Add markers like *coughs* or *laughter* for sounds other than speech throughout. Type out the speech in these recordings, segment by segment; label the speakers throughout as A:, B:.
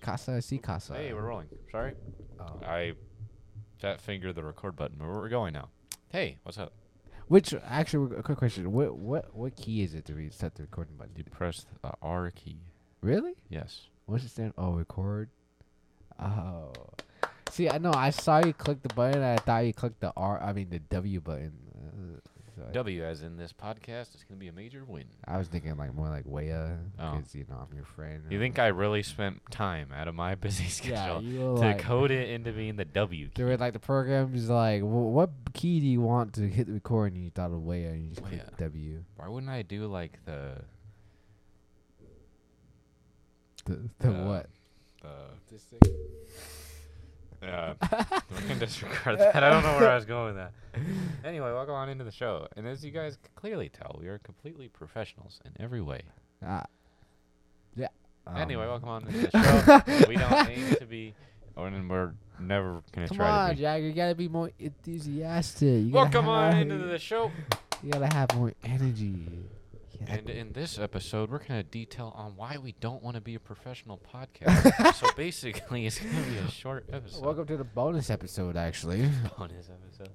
A: Casa. I see Casa.
B: Hey, we're rolling. Sorry.
A: Oh.
B: um, I fat fingered the record button, but we're going now. Hey, what's up?
A: Which actually, a quick question. What what what key is it to re- set the recording button?
B: You press the uh, R key.
A: Really?
B: Yes.
A: What's it stand? Oh, record. Oh. See, I know. I saw you click the button. And I thought you clicked the R. I mean the W button. Uh, so I-
B: W as in this podcast is going to be a major win.
A: I was thinking like more like Waya,
B: Oh.
A: because you know I'm your friend.
B: You think I really spent time out of my *laughs* busy
A: Yeah,
B: schedule
A: you were
B: to
A: like,
B: code it into being the W key?
A: They were like the program is like, well, what key do you want to hit the record? And you thought of Waya, and you just clicked
B: Waya.
A: W.
B: Why wouldn't I do like the
A: The, the
B: Uh,
A: what?
B: the? *laughs* Uh, we can disregard that. I don't know where I was going with *laughs* that. Anyway, welcome on into the show. And as you guys can clearly tell, we are completely professionals in every way.
A: Ah. Yeah.
B: anyway,
A: um,
B: welcome on *laughs* into the show. we don't aim to be, oh, and we're never gonna
A: Come
B: try
A: on,
B: to be.
A: Jagger, you gotta be more enthusiastic. You gotta
B: Welcome on
A: have-
B: into the show.
A: You gotta have more energy. You gotta-
B: And in this episode, we're going to detail on why we don't want to be a professional
A: *laughs*
B: podcast. so basically, it's going to be a short episode. *laughs*
A: Welcome to the bonus episode, actually.
B: Bonus episode.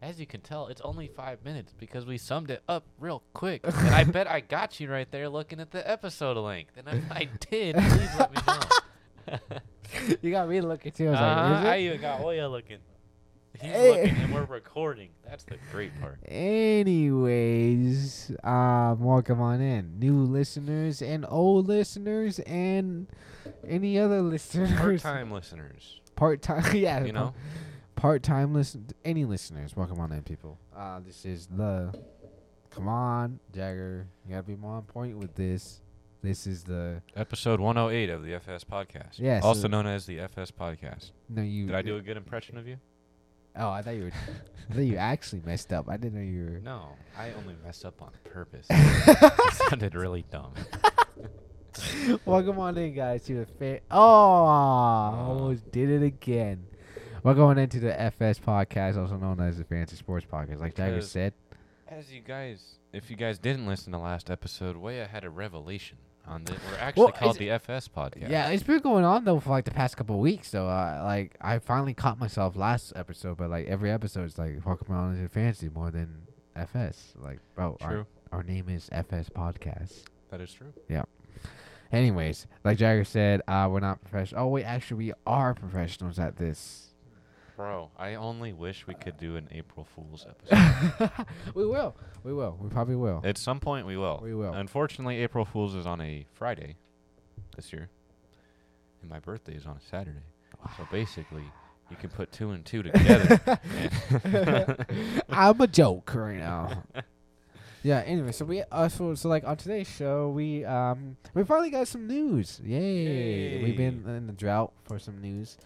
B: As you can tell, it's only five minutes because we summed it up real quick.
A: *laughs*
B: and I bet I got you right there looking at the episode length. And if I did, please let me know.
A: *laughs* you got me looking too. I was
B: Uh-huh, I
A: like, is it?
B: even got Oya looking. He's
A: Hey.
B: looking, and we're recording. That's the great
A: *laughs*
B: part.
A: Anyways, um, welcome on in, new listeners and old listeners and any other *laughs* listeners.
B: Part-time listeners,
A: Part time, *laughs* yeah.
B: you know.
A: Part time listen. Any listeners, welcome on in, people. Uh, this is the. Come on, Jagger. You gotta be more on point with this. This is the.
B: Episode 108 of the FS podcast.
A: Yeah, so-
B: Also known as the FS podcast.
A: No, you.
B: Did I do a good impression of you?
A: Oh, I thought you were. I thought
B: *laughs*
A: you actually messed up. I didn't know you were.
B: No, I only messed up on
A: *laughs*
B: purpose. it sounded really dumb.
A: Welcome on in, guys, to the fa- Oh, I almost did it again. Welcome on into the FS podcast, also known as the Fantasy Sports Podcast. Like Tiger
B: Because-
A: said,
B: As you guys, if you guys didn't listen to last episode, Waya had a revelation on that. We're actually
A: Well, is
B: called
A: it-
B: the FS podcast.
A: yeah. it's been going on though for like the past couple of weeks. So, uh, like, I finally caught myself last episode, but like every episode is like welcome on into fantasy more than FS. Like, bro,
B: True.
A: our, our name is FS Podcast.
B: That is true.
A: Anyways, like Jagger said, uh, we're not professional. Oh wait, actually, we are professionals at this. *laughs*
B: Bro, I only wish we could do an April Fool's episode.
A: we will. We will. We probably will.
B: At some point, we will.
A: We will.
B: Unfortunately, April Fool's is on a Friday this year, and my birthday is on a Saturday.
A: *sighs*
B: So basically, you can put two and
A: *laughs*
B: two together.
A: I'm a joke right now. yeah. Anyway, so we uh, so, so like on today's show, we um we finally got some news. Yay! We've been in the drought for some news.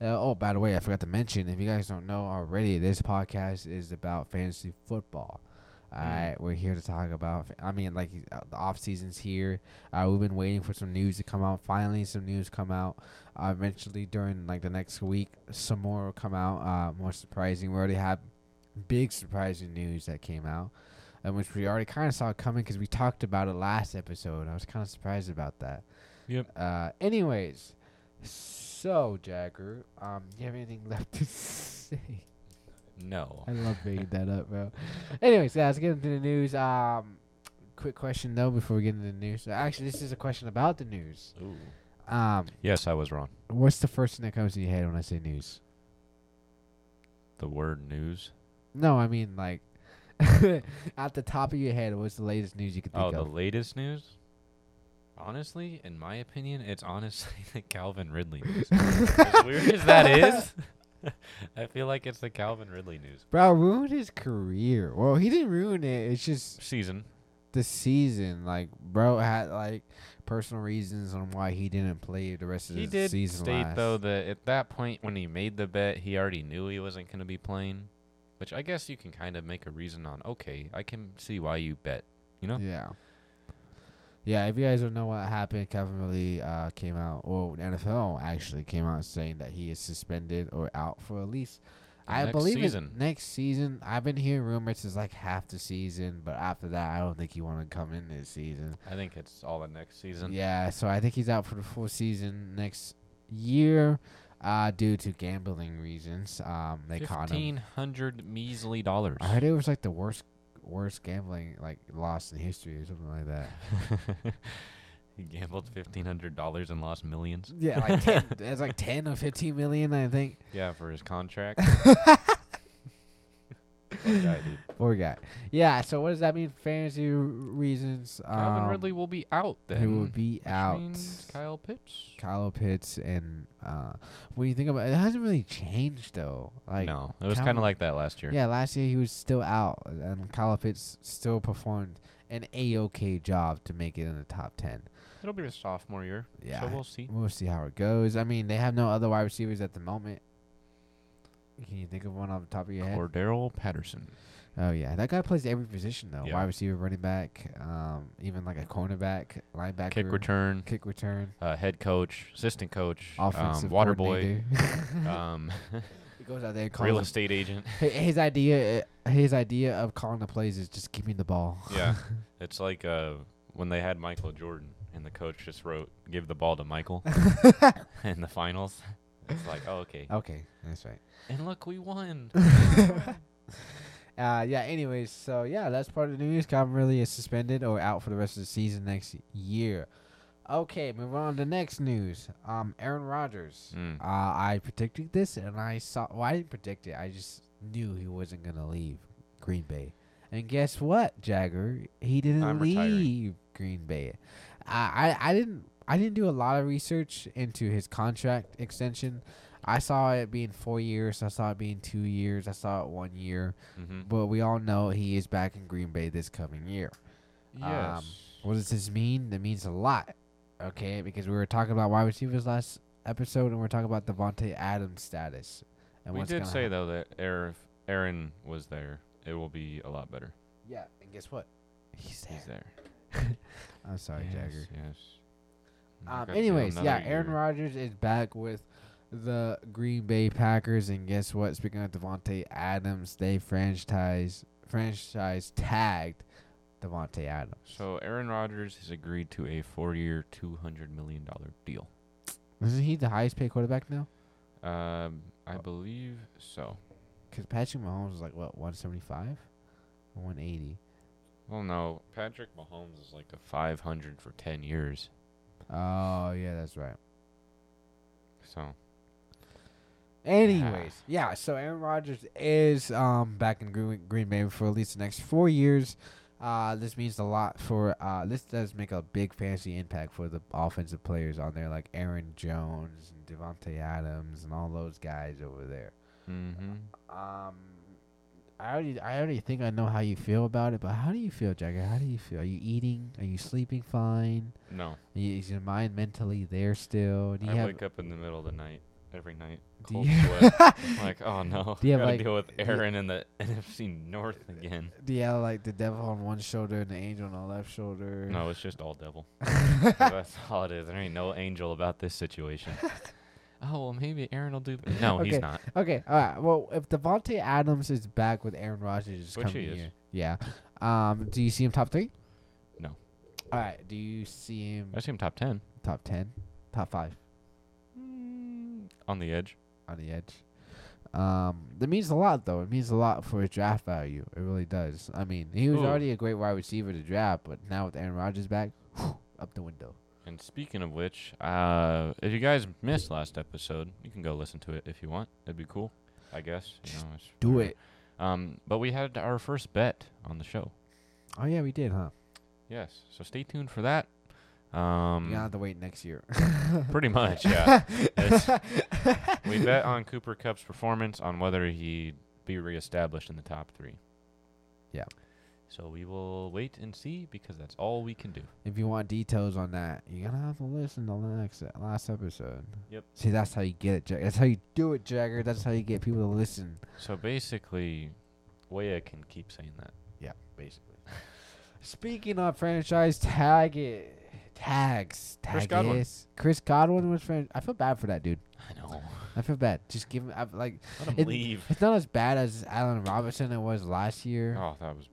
A: Uh, oh, by the way, I forgot to mention. If you guys don't know already, this podcast is about fantasy football. All right, we're here to talk about. fa- I mean, like uh, the off season's here. Uh, we've been waiting for some news to come out. Finally, some news come out. Uh, eventually, during like the next week, some more will come out. Uh, more surprising. We already had big surprising news that came out, and which we already kind of saw coming because we talked about it last episode. I was kind of surprised about that.
B: Yep.
A: Uh, anyways, so Jagger, um, do you have anything *laughs* left to say?
B: no.
A: I love bringing that up, bro. *laughs* Anyways, yeah, let's get into the news. Um, quick question though before we get into the news. Actually, this is a question about the news.
B: Ooh.
A: Um,
B: Yes, I was wrong.
A: what's the first thing that comes to your head when I say news?
B: The word news.
A: No, I mean like *laughs* at the top of your head, what's the latest news you can think
B: Oh, the
A: of?
B: latest news? Honestly, in my opinion, it's honestly *laughs* the Calvin Ridley
A: *laughs*
B: news. as weird as that is, *laughs* I feel like it's the Calvin Ridley news.
A: Bro, ruined his career. Well, he didn't ruin it. It's just
B: Season.
A: the season. Like, bro had like personal reasons on why he didn't play the rest of
B: He
A: the
B: did
A: season.
B: state,
A: last.
B: though, that at that point when he made the bet, he already knew he wasn't going to be playing, which I guess you can kind of make a reason on. Okay, I can see why you bet. you know?
A: Yeah. Yeah, if you guys don't know what happened, Kevin Ridley uh, came out, or the NFL actually came out saying that he is suspended or out for at least,
B: The
A: I
B: next
A: believe it-
B: season.
A: next season. I've been hearing rumors it's like half the season, but after that, I don't think he want to come in this season.
B: I think it's all the next season.
A: Yeah, so I think he's out for the full season next year uh, due to gambling reasons. Um, they caught him.
B: Fifteen hundred measly dollars.
A: I heard it was like the worst worst gambling like loss in history or something like
B: *laughs*
A: that.
B: *laughs* he gambled fifteen hundred dollars and lost millions.
A: Yeah, like ten, it's like ten or fifteen million, I think. *laughs*
B: Yeah, for his contract. Poor guy, dude.
A: Poor guy. Yeah. So what does that mean? for Fantasy r- reasons. Um,
B: Calvin Ridley will be out then.
A: He will be
B: which
A: out.
B: means Kyle Pitts.
A: Kyle Pitts and uh, when you think about it, it hasn't really changed though. Like
B: no, it was
A: Calvin-
B: kind of like that last year.
A: yeah, last year he was still out, and Kyle Pitts still performed an a okay job to make it in the top ten.
B: It'll be his sophomore year.
A: Yeah,
B: So we'll see.
A: We'll see how it goes. I mean, they have no other wide receivers at the moment. Can you think of one off the top of your head?
B: Cordero Patterson.
A: Oh yeah, that guy plays every position though.
B: Yeah.
A: Wide receiver, running back, um, even like a cornerback, linebacker,
B: Kick return,
A: kick return,
B: uh, head coach, assistant coach,
A: offensive
B: um, water boy, *laughs*
A: coordinator. *laughs*
B: um,
A: he goes out there and
B: real
A: calls. *laughs*
B: estate agent.
A: hi- His idea, his idea of calling the plays is just give me the ball.
B: Yeah, it's like uh, when they had Michael Jordan and the coach just wrote "Give the ball to
A: *laughs*
B: Michael" in the finals. It's like, oh, okay.
A: Okay, that's right.
B: And look, we won.
A: *laughs* Uh, yeah. Anyways, so yeah, that's part of the news. Calvin Ridley is suspended or out for the rest of the season next year. Okay, move on to next news. Um, Aaron Rodgers.
B: Mm.
A: Uh, I predicted this, and I saw. Well, I didn't predict it. I just knew he wasn't gonna leave Green Bay. And guess what, Jagger? He didn't
B: I'm
A: leave
B: retiring.
A: Green Bay. I, I I didn't I didn't do a lot of research into his contract extension. I saw it being four years. I saw it being two years. I saw it one year.
B: Mm-hmm.
A: But we all know he is back in Green Bay this coming year. Um, What does this mean? That means a lot. Okay, because we were talking about wide receivers last episode, and we are talking about Devonte Adams' status. And
B: we
A: what's
B: did
A: gonna
B: say
A: hap-
B: though that Aaron, if Aaron was there, it will be a lot better.
A: Yeah, and guess what? He's there.
B: He's there.
A: I'm sorry,
B: yes,
A: Jagger.
B: Yes.
A: Um,
B: Got you
A: anyways, yeah,
B: another
A: Aaron
B: year.
A: Rodgers is back with the Green Bay Packers, and guess what? Speaking of Devonte Adams, they franchise franchise tagged Devonte Adams.
B: So Aaron Rodgers has agreed to a four-year, two hundred million dollar deal.
A: isn't he the highest paid quarterback now?
B: Um, I believe so.
A: Because Patrick Mahomes is like what 175, 180.
B: Well, no, Patrick Mahomes is like a five hundred for ten years.
A: Oh yeah, that's right.
B: So
A: Anyways, yeah. So Aaron Rodgers is um back in Green, Green Bay for at least the next four years. Uh, this means a lot for uh. This does make a big fantasy impact for the offensive players on there, like Aaron Jones and Devontae Adams and all those guys over there.
B: mm-hmm.
A: Um, I already I already think I know how you feel about it, but how do you feel, Jagger? How do you feel? Are you eating? Are you sleeping fine?
B: no,
A: Y- Is your mind mentally there still? Do you
B: I
A: have
B: wake up in the middle of the night every night,
A: do
B: cold
A: you- *laughs*
B: sweat. I'm like, oh no,
A: Do you have,
B: gotta
A: like-
B: deal with
A: do you-
B: Aaron and the *laughs* NFC North again.
A: Do you have like the devil on one shoulder and the angel on the left shoulder?
B: No, it's just all
A: *laughs*
B: devil. That's all it is. There ain't no angel about
A: *laughs*
B: this situation. oh well, maybe Aaron will do. th- No, he's
A: Okay,
B: not.
A: Okay, all right. Well, if Devonte Adams is back with Aaron Rodgers this
B: Which
A: coming
B: he is.
A: year, yeah. Um, do you see him top three?
B: No.
A: All right. Do you see him
B: I see him top ten
A: top ten, top five Mm.
B: on the edge.
A: on the edge? Um, that means a lot though. It means a lot for his draft value. It really does. I mean, he was
B: Ooh.
A: already a great wide receiver to draft, but now with Aaron Rodgers back, up the window.
B: And speaking of which, uh, if you guys missed last episode, you can go listen to it if you want. It'd be cool, I guess. You
A: Just
B: know, it's
A: Do
B: whatever.
A: it.
B: Um, but we had our first bet on the show.
A: Oh yeah, we did, huh?
B: Yes, so stay tuned for that. Um,
A: You're gonna have to wait next year.
B: *laughs*
A: *laughs*
B: pretty much, yeah. It's- we bet on Cooper Cup's performance on whether he'd be reestablished in the top three.
A: Yeah.
B: So we will wait and see because that's all we can do.
A: If you want details on that, you're gonna have to listen to last last episode.
B: Yep.
A: See, that's how you get it, Jagger. That's how you do it, Jagger. That's how you get people to listen.
B: So basically, Waya can keep saying that.
A: Yeah, basically. Speaking of franchise tag it, tags, tags.
B: Chris Godwin.
A: Chris Godwin was franchise. I feel bad for that dude.
B: *laughs* I know.
A: I feel bad. Just give him. I, like
B: Let him
A: It-
B: leave.
A: it's not as bad as Allen Robinson it was last year.
B: Oh, that was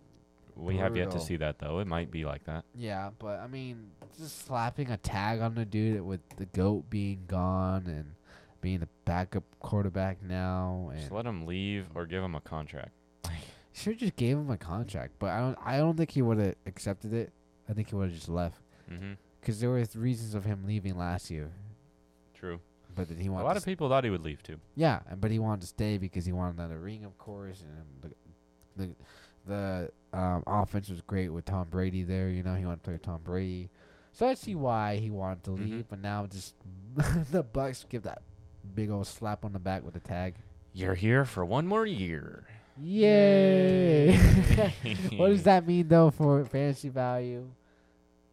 B: We have yet to
A: brutal.
B: see that though. It might be like that.
A: Yeah, but I mean, just slapping a tag on the dude with the goat being gone and being the backup quarterback now, and
B: Just let him leave or give him a contract.
A: should have just gave him a contract. But I don't, I don't think he would have accepted it. I think he would have just left
B: Mm-hmm.
A: because there was reasons of him leaving last year,
B: True.
A: but then he
B: A
A: wanted.
B: lot
A: to
B: of people thought he would leave too.
A: Yeah, and- but he wanted to stay because he wanted another ring, of course, and the the, the um, offense was great with Tom Brady there. You know, he wanted to play with Tom Brady, so I see why he wanted to
B: Mhm.
A: leave. But now just *laughs* the Bucks give that big old slap on the back with the tag.
B: You're here for one more year. *laughs*
A: Yay! *laughs* what does that mean though for fantasy value?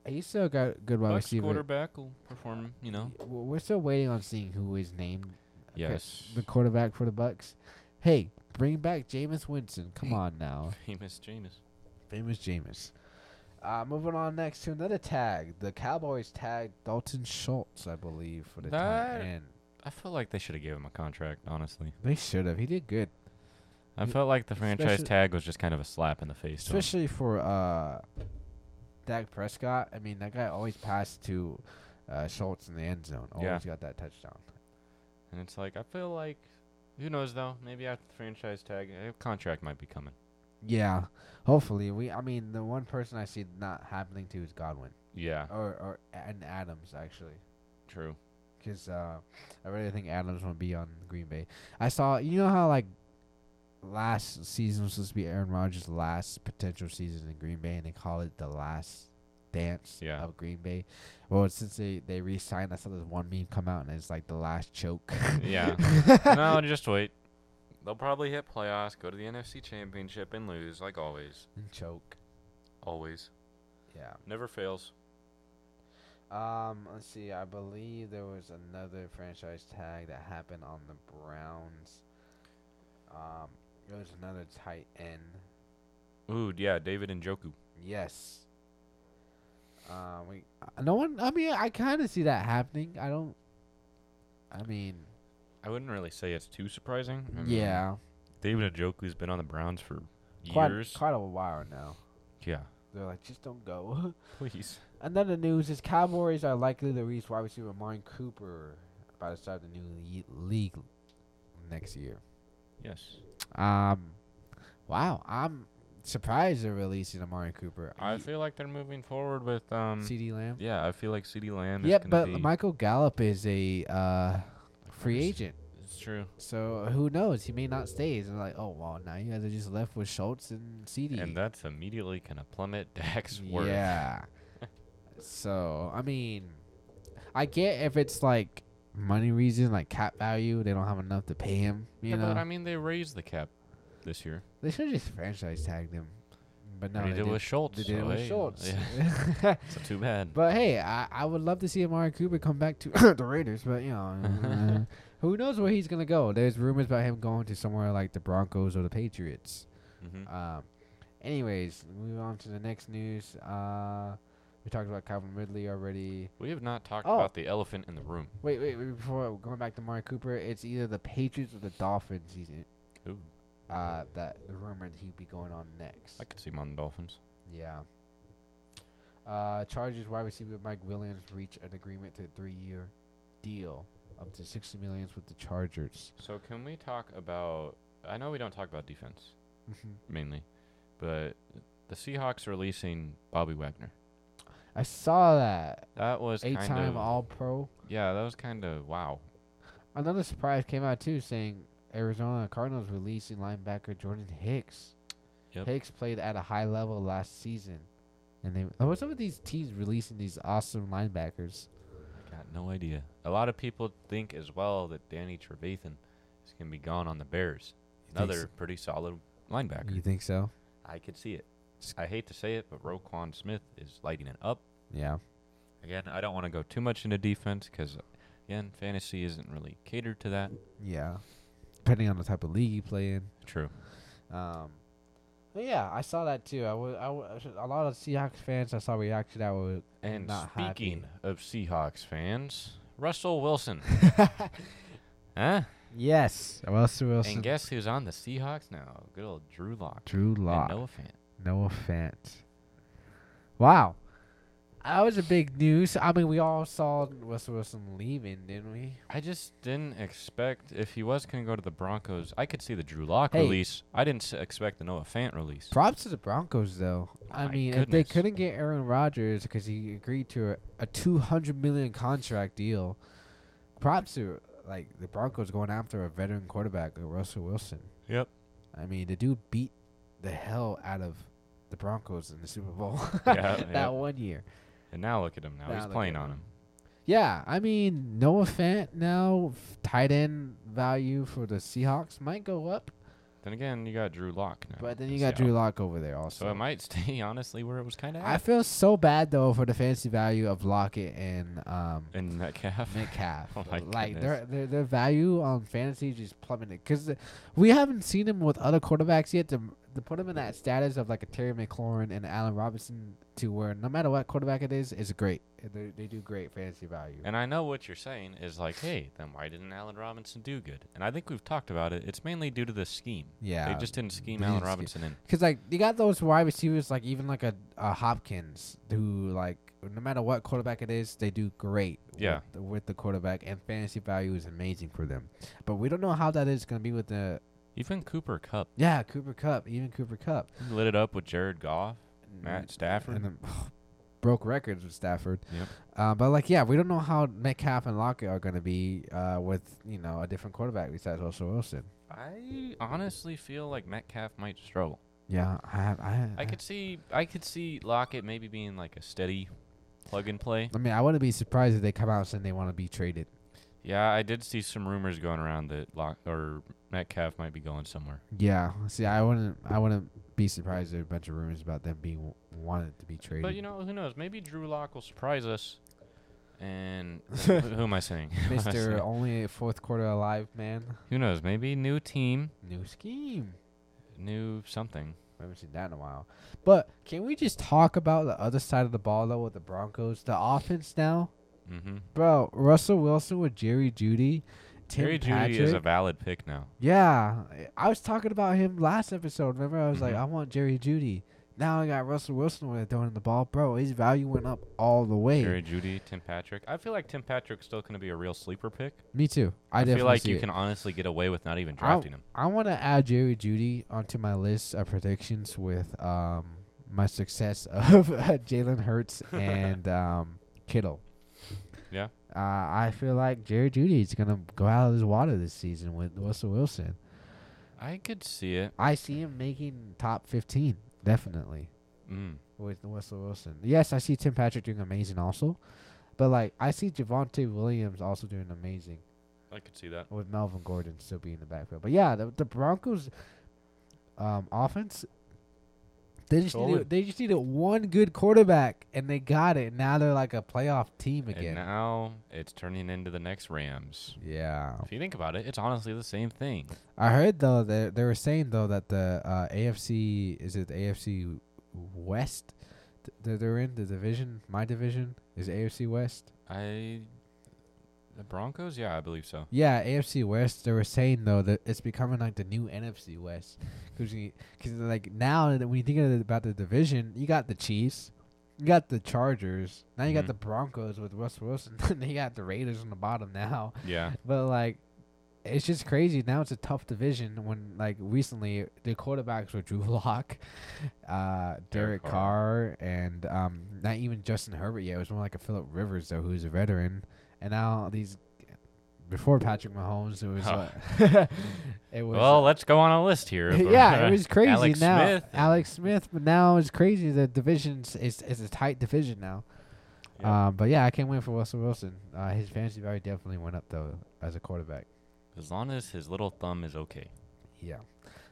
A: He's still got good wide
B: Bucks
A: receiver.
B: quarterback will perform. You know.
A: W- We're still waiting on seeing who is named
B: Yes.
A: the quarterback for the Bucks. Hey, bring back Jameis Winston. Come on now,
B: Famous Jameis.
A: famous Jameis. Uh, moving on next to another tag. The Cowboys tagged Dalton Schultz, I believe, for the
B: That-
A: tight end.
B: I feel like they should have given him a contract. Honestly,
A: They should have. He did good,
B: I felt like the franchise
A: Especially-
B: tag was just kind of a slap in the face. To him.
A: especially for uh, Dak Prescott. I mean, that guy always passed to uh, Schultz in the end zone. Always
B: Yeah.
A: got that touchdown.
B: And it's like I feel like, who knows though? Maybe after the franchise tag, a contract might be coming.
A: Yeah, hopefully we. I mean, the one person I see not happening to is Godwin
B: Yeah,
A: or or and Adams actually. *laughs*
B: true.
A: because uh, I really think Adams will be on Green Bay. I saw, you know how like last season was supposed to be Aaron Rodgers' last potential season in Green Bay, and they call it the last dance
B: Yeah.
A: of Green Bay. Well, since they they re-signed, I saw this one meme come out, and it's like the last choke.
B: Yeah. no, just wait. They'll probably hit playoffs, go to the NFC Championship, and lose like always.
A: *laughs* choke.
B: Always,
A: Yeah.
B: never fails.
A: Um. Let's see. I believe there was another franchise tag that happened on the Browns. Um. There was another tight end.
B: Ooh, yeah, David and Joku.
A: Yes. Uh, we uh, no one. I mean, I kind of see that happening. I don't. I mean,
B: I wouldn't really say it's too surprising. I mean,
A: yeah,
B: David Njoku's been on the Browns for
A: quite
B: years.
A: quite a while now.
B: yeah,
A: They're like, just don't go. *laughs*
B: please.
A: Another news is Cowboys are likely to reach wide receiver Mine Cooper by the start of the new ye- league next year.
B: Yes.
A: Um, wow, I'm surprised they're releasing Amari Cooper.
B: I feel like they're moving forward with um.
A: C.D. Lamb.
B: yeah, I feel like C.D. Lamb.
A: Yep,
B: is
A: but
B: gonna be,
A: Michael Gallup is a uh, free agent.
B: It's true.
A: So uh, who knows? He may not stay. And like, oh well, now you guys are just left with Schultz and CD.
B: And that's immediately gonna plummet *laughs* Dak's worth.
A: yeah. so I mean, I get if it's like money reason, like cap value, they don't have enough to pay him. You
B: Yeah,
A: know,
B: but I mean, they raised the cap this year.
A: they should just franchise tagged him. But no,
B: they
A: they,
B: did it
A: didn't.
B: with Schultz.
A: They did it
B: so
A: with
B: hey,
A: Schultz.
B: Yeah. So too
A: *laughs*
B: bad.
A: but hey, I, I would love to see Amari Cooper come back to *coughs* the Raiders. But you
B: *laughs*
A: know, uh, who knows where he's gonna go? There's rumors about him going to somewhere like the Broncos or the Patriots.
B: Mhm.
A: Um, anyways, move on to the next news. Uh, we talked about Calvin Ridley already.
B: we have not talked
A: oh.
B: about the elephant in the room.
A: Wait, wait, wait before going back to Mark Cooper, it's either the Patriots or the Dolphins. He's in,
B: Ooh,
A: uh, that the rumored he'd be going on next.
B: I could see him on the Dolphins.
A: Yeah. Uh, Chargers wide receiver Mike Williams reached an agreement to a three-year deal up to sixty millions with the Chargers.
B: So can we talk about? I know we don't talk about defense Mm-hmm. mainly, but the Seahawks releasing Bobby Wagner.
A: I saw that
B: That was kind
A: eight-time
B: of
A: All-Pro.
B: yeah. That was kind of wow.
A: Another surprise came out too, saying Arizona Cardinals releasing linebacker Jordan Hicks.
B: Yep.
A: Hicks played at a high level last season, and they. Oh, what's up with these teams releasing these awesome linebackers?
B: I got no idea. A lot of people think as well that Danny Trevathan is gonna be gone on the Bears.
A: You think
B: Another pretty solid linebacker.
A: You think so?
B: I could see it.
A: S-
B: I hate to say it, but Roquan Smith is lighting it up.
A: Yeah.
B: Again, I don't want to go too much into defense because, again, fantasy isn't really catered to that.
A: Yeah. Depending on the type of league you play in.
B: True.
A: Um. But yeah, I saw that too. I was, I was a lot of Seahawks fans I saw react to that were
B: And
A: not
B: speaking of Seahawks fans, Russell
A: *laughs*
B: Wilson. huh?
A: yes. Russell Wilson,
B: And guess who's on the Seahawks now? Good old Drew Lock.
A: Drew Lock,
B: And Noah Fant.
A: No offense. Wow. That was a big news. I mean, we all saw Russell Wilson leaving, didn't we?
B: I just didn't expect if he was going to go to the Broncos. I could see the Drew Lock
A: Hey.
B: release. I didn't s- expect the Noah Fant release.
A: Props to the Broncos, though. I
B: My
A: mean, if they
B: goodness.
A: couldn't get Aaron Rodgers because he agreed to a, a two hundred million contract deal, props to like the Broncos going after a veteran quarterback like Russell Wilson.
B: Yep.
A: I mean, the dude beat the hell out of the Broncos in the Super Bowl *laughs*
B: Yeah,
A: that
B: yeah.
A: one year.
B: And now look at him. Now,
A: Now
B: he's
A: look at
B: playing
A: him.
B: on him.
A: Yeah, I mean, Noah Fant now f- tight end value for the Seahawks might go up,
B: Then again, you got Drew Lock now.
A: but then
B: in
A: you got
B: Seattle.
A: Drew Lock over there also.
B: So it might stay *laughs* honestly where it was kind of.
A: I feel so bad though for the fantasy value of Lockett and
B: *laughs*
A: um,
B: in Metcalf.
A: Metcalf.
B: Oh my
A: like
B: goodness.
A: their, their their value on fantasy just plummeted because we haven't seen him with other quarterbacks yet to to put him in that status of like a Terry McLaurin and Allen Robinson to where no matter what quarterback it is, is great. They they do great fantasy value.
B: And I know what you're saying is like, hey, then why didn't Allen Robinson do good? And I think we've talked about it. It's mainly due to the scheme.
A: yeah,
B: they just didn't scheme
A: they
B: Allen
A: didn't scheme.
B: Robinson in.
A: Because like you got those wide receivers, like even like a, a Hopkins, who like no matter what quarterback it is, they do great.
B: Yeah.
A: With, the- with the quarterback and fantasy value is amazing for them, but we don't know how that is gonna be with the
B: Even Cooper Cup
A: yeah Cooper Cup, even Cooper Cup,
B: lit it up with Jared Goff, Matt Stafford.
A: and then, *sighs* broke records with Stafford.
B: Yep.
A: Uh, but like yeah, we don't know how Metcalf and Lockett are gonna be uh, with you know a different quarterback besides Russell Wilson.
B: I honestly feel like Metcalf might struggle.
A: Yeah, I have, I,
B: I could see I could see Lockett maybe being like a steady plug and play.
A: I mean, I wouldn't be surprised if they come out saying they want to be traded.
B: Yeah, I did see some rumors going around that Lock or Metcalf might be going somewhere.
A: Yeah. See, I wouldn't. I wouldn't be surprised if a bunch of rumors about them being w- wanted to be traded. *laughs*
B: But you know, who knows? Maybe Drew Lock will surprise us. And *laughs* who who am I saying? *laughs* Who am I
A: Mister
B: saying?
A: only fourth quarter alive man.
B: Who knows? Maybe new team,
A: New scheme.
B: new something.
A: I haven't seen that in a while. But can we just talk about the other side of the ball though with the Broncos? The offense now,
B: Mm-hmm.
A: bro. Russell Wilson with Jerry Judy. Tim
B: Terry
A: Patrick.
B: Judy is a valid pick now.
A: Yeah, I- I was talking about him last episode. Remember, I was like,
B: Mhm.
A: I want Jerry Judy. Now I got Russell Wilson with it throwing the ball, bro. His value went up all the way.
B: Terry Judy, Tim Patrick. I feel like Tim Patrick's still going to be a real sleeper pick.
A: Me too. I,
B: I
A: definitely
B: feel like
A: see
B: you
A: it.
B: can honestly get away with not even drafting him.
A: I want to add Jerry Judy onto my list of predictions with um my success *laughs* of uh, Jalen Hurts and um Kittle.
B: Yeah.
A: Uh, I feel like Jerry Judy is gonna go out of his water this season with Russell Wilson.
B: I could see it.
A: I see him making top fifteen definitely
B: Mm.
A: with Russell Wilson. Yes, I see Tim Patrick doing amazing also, but like I see Javante Williams also doing amazing.
B: I could see that.
A: with Melvin Gordon still being in the backfield. But yeah, the, the Broncos um, offense they just needed,
B: Solid.
A: they just needed one good quarterback and they got it. Now they're like a playoff team
B: And
A: again.
B: now it's turning into the next Rams.
A: yeah,
B: If you think about it, it's honestly the same thing.
A: I heard though that they were saying though that the uh, AFC is it the AFC West th- that they're in the division. My division is AFC West.
B: I the Broncos, yeah, I believe so.
A: Yeah, AFC West. They were saying though that it's becoming like the new NFC West, because like now that when you think of it, about the division, you got the Chiefs, you got the Chargers, now you got
B: Mhm.
A: the Broncos with Russell Wilson, *laughs* and you got the Raiders on the bottom now.
B: Yeah,
A: But like, it's just crazy. Now it's a tough division when like recently the quarterbacks were *laughs* Drew Lock, uh, Derek
B: Derek
A: Carr, and um, not even Justin Herbert yet. It was more like a Philip Rivers though, who's a veteran, and now these before Patrick Mahomes, it was
B: Huh.
A: uh, *laughs* it was *laughs*
B: Well,
A: uh,
B: let's go on a
A: *laughs*
B: list here. of,
A: yeah,
B: uh,
A: it was crazy
B: *laughs* Alex
A: now.
B: Smith.
A: Alex Smith, but now it's crazy. The divisions is is a tight division now.
B: Yeah.
A: Um, but yeah, I can't win for Russell Wilson. Uh, his fantasy value definitely went up though as a quarterback.
B: As long as his little thumb is okay.
A: Yeah.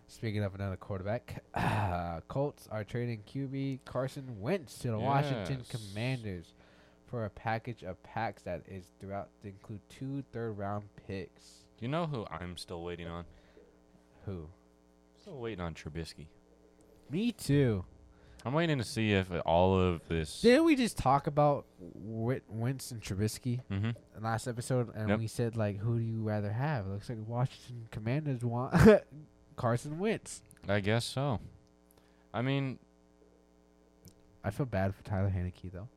A: Speaking of another quarterback, *sighs* uh, Colts are trading QB Carson Wentz to the Washington
B: Yes.
A: Commanders for a package of packs that is throughout to include two third round picks.
B: You know who I'm still waiting on?
A: Who?
B: Still waiting on Trubisky.
A: Me too.
B: I'm waiting to see if all of this.
A: Didn't we just talk about Wit- Wentz and Trubisky
B: Mm-hmm.
A: in last episode? And
B: Yep.
A: we said like, who do you rather have? looks like Washington *laughs* Commanders want Carson Wentz.
B: I guess so. I mean,
A: I feel bad for Tyler Haneke though.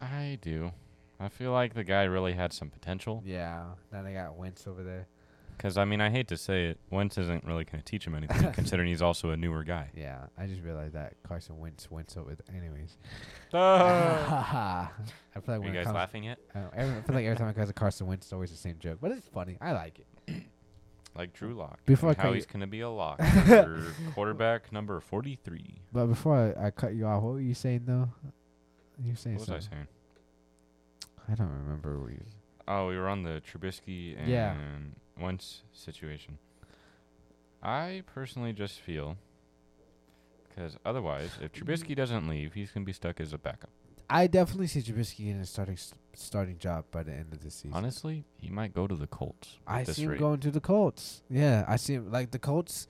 B: I do. I feel like the guy really had some potential.
A: Yeah. Now they got Wentz over there.
B: Because, I mean, I hate to say it, Wentz isn't really going to teach
A: *laughs*
B: him anything, considering he's also a newer guy.
A: Yeah. I just realized that Carson Wentz Wentz over. There. *laughs* Anyways. Oh.
B: Are
A: I feel like
B: you
A: when it
B: guys
A: comes,
B: laughing yet?
A: I, don't, every- I feel like every time it comes to Carson Wentz, it's always the same joke, but it's funny. I like it.
B: Like Drew Lock.
A: Before
B: and
A: I
B: how
A: cut
B: he's
A: you-
B: going to be a
A: *laughs*
B: lock. for quarterback number 43.
A: But before I, I cut you off, what were you saying though? You were saying
B: What was I
A: something.
B: saying?
A: I, don't remember. What you,
B: Oh, we were on the Trubisky and
A: Yeah.
B: Wentz situation. I personally just feel, because otherwise, if Trubisky doesn't leave, he's going to be stuck as a backup.
A: I definitely see Trubisky in a starting s- starting job by the end of this season.
B: Honestly, he might go to the Colts. at
A: I
B: this
A: see him
B: rate.
A: going to the Colts. Yeah, I see him like the Colts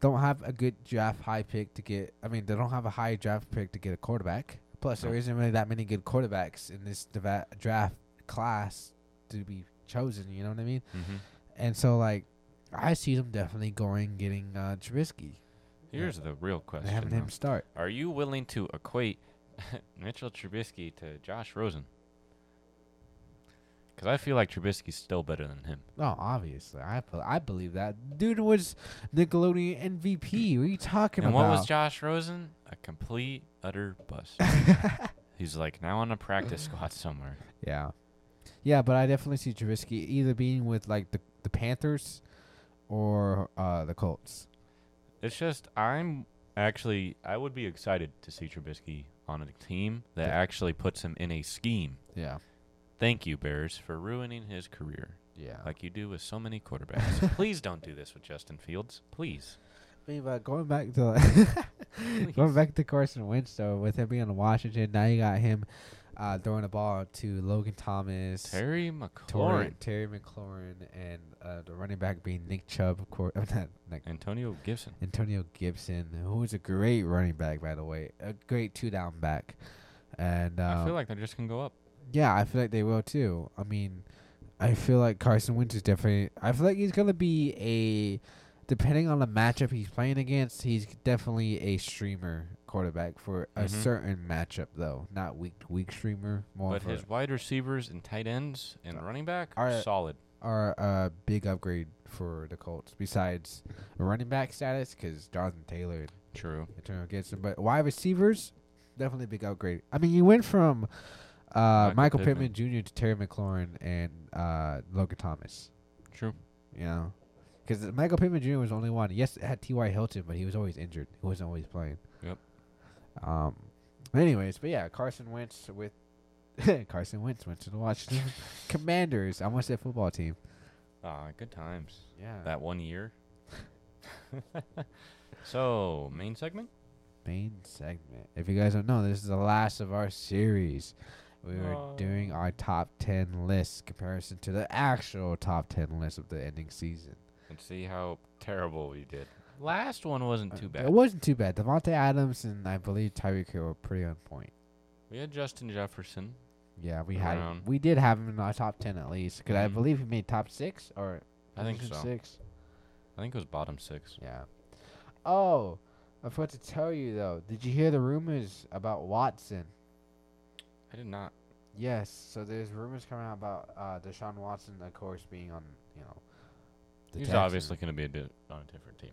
A: don't have a good draft high pick to get. I mean, they don't have a high draft pick to get a quarterback. Plus, there
B: No.
A: isn't really that many good quarterbacks in this deva- draft class to be chosen. You know what I mean?
B: Mhm.
A: And so, like, I see them definitely going getting uh, Trubisky
B: Here's the real
A: and
B: question.
A: having
B: though.
A: him start.
B: Are you willing to equate *laughs* Mitchell Trubisky to Josh Rosen? Because I feel like Trubisky's still better than him.
A: No, obviously, I bel- I believe that dude was Nickelodeon MVP. What are you talking
B: And
A: about?
B: what was Josh Rosen? A complete, utter
A: *laughs*
B: bust. He's like now on a practice squad somewhere.
A: Yeah. Yeah, but I definitely see Trubisky either being with like the the Panthers or uh the Colts.
B: It's just I'm actually I would be excited to see Trubisky on a team that
A: Yeah.
B: actually puts him in a scheme.
A: Yeah.
B: Thank you, Bears, for ruining his career,
A: Yeah.
B: like you do with so many quarterbacks. *laughs* Please don't do this with Justin Fields. *laughs* Please.
A: I mean, but going back to *laughs* going
B: Please.
A: back to Carson Wentz though, with him being in Washington, now you got him uh throwing the ball to Logan Thomas,
B: Terry
A: Torrey-
B: McLaurin.
A: Terry McLaurin, and uh the running back being Nick Chubb, of course. *laughs* Not Nick,
B: Antonio Gibson.
A: Antonio Gibson, who is a great running back by the way, a great two down back. And um,
B: I feel like they're just gonna go up.
A: Yeah, I feel like they will too. I mean, I feel like Carson Wentz is definitely. I feel like he's gonna be a, depending on the matchup he's playing against, he's definitely a streamer quarterback for a
B: Mhm.
A: certain matchup though, not week to week streamer. More
B: But
A: of a-
B: his wide receivers and tight ends and running back are
A: Alright.
B: solid.
A: are a big upgrade for the Colts besides running back status because Jonathan Taylor and
B: True.
A: Antonio Gibson, but wide receivers definitely a big upgrade. I mean, you went from uh,
B: Michael
A: Michael Pittman.
B: Pittman.
A: Jr. to Terry McLaurin and uh, Logan Thomas.
B: True.
A: You know, because Michael Pittman Jr. was the only one. Yes, it had T.Y. Hilton, but he was always injured. He wasn't always playing.
B: Yep.
A: Um. Anyways, but yeah, Carson Wentz with *laughs* Carson Wentz went to the Washington *laughs* Commanders. I almost said football team.
B: Ah, good times.
A: Yeah.
B: That one *laughs* year. so main segment.
A: main segment. If you guys don't know, this is the last of our series. We were
B: Oh.
A: doing our top 10 lists comparison to the actual top 10 list of the ending season.
B: and see how terrible we did. Last one wasn't too
A: Uh,
B: bad.
A: It wasn't too bad. Devontae Adams and I believe Tyreek Hill were pretty on point.
B: We had Justin Jefferson.
A: Yeah, we had
B: Brown.
A: we did have him in our top 10 at least because I
B: Mhm.
A: believe he made top 6 or
B: I think
A: position
B: so.
A: 6.
B: I think it was bottom six.
A: Yeah. Oh, I forgot to tell you though. Did you hear the rumors about Watson?
B: I did not.
A: Yes, so there's rumors coming out about uh, Deshaun Watson, of course, being on, you know,
B: He's
A: Texans.
B: obviously going to be a di- on a different team.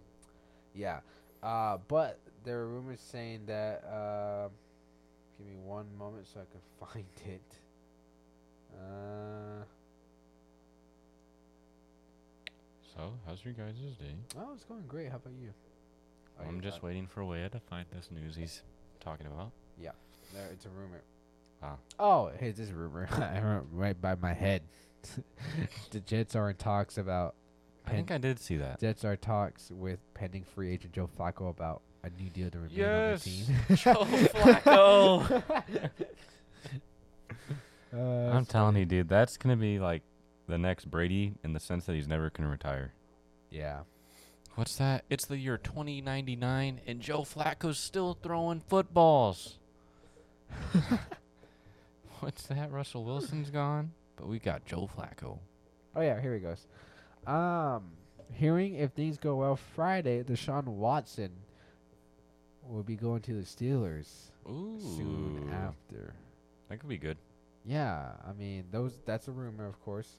A: Yeah, uh, but there are rumors saying that. Uh, give me one moment so I can *laughs* find it. Uh,
B: So, how's your guys' day?
A: oh, it's going great. How about you? Oh,
B: I'm
A: you're
B: just
A: done.
B: waiting for Wea to find this news he's talking about.
A: There, it's a rumor.
B: Ah.
A: Oh, hey, this is a rumor. *laughs* I wrote right by my head. *laughs* the Jets are in talks about.
B: I think I did see
A: *laughs*
B: that.
A: Jets are in talks with pending free agent Joe Flacco about a new deal to remain on the team. *laughs*
B: Joe Oh,
A: Oh,
B: Flacco.
A: Uh,
B: I'm telling you, dude, that's going to be like the next Brady in the sense that he's never going to retire.
A: yeah.
B: What's that? It's the year 2099, and Joe Flacco's still throwing footballs. *laughs* What's that? Russell Wilson's gone, but we got Joe Flacco.
A: Oh yeah, here he goes. Um, hearing if things go well Friday, Deshaun Watson will be going to the Steelers
B: Ooh.
A: soon after.
B: That could be good.
A: Yeah, I mean those. That's a rumor, of course.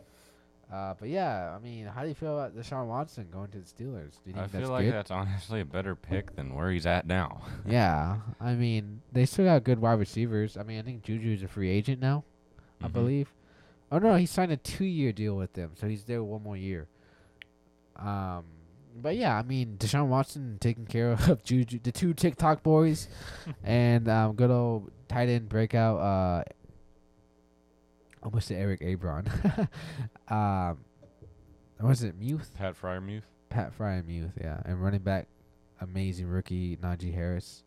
A: Uh, but yeah, I mean, how do you feel about Deshaun Watson going to the Steelers? Do you think
B: I
A: that's
B: feel like
A: good?
B: that's honestly a better pick than where he's at now.
A: Yeah, I mean, they still got good wide receivers. I mean, I think Juju's a free agent now, I
B: Mhm.
A: believe. Oh no, he signed a two-year deal with them, so he's there one more year. Um, but yeah, I mean, Deshaun Watson taking care of *laughs* Juju, the two TikTok boys, and um, good old tight end breakout. Uh, almost to Eric Abron. *laughs* um, was it Muth?
B: Pat Fryermuth.
A: Pat Fry and Muth, yeah, and running back, amazing rookie Najee Harris.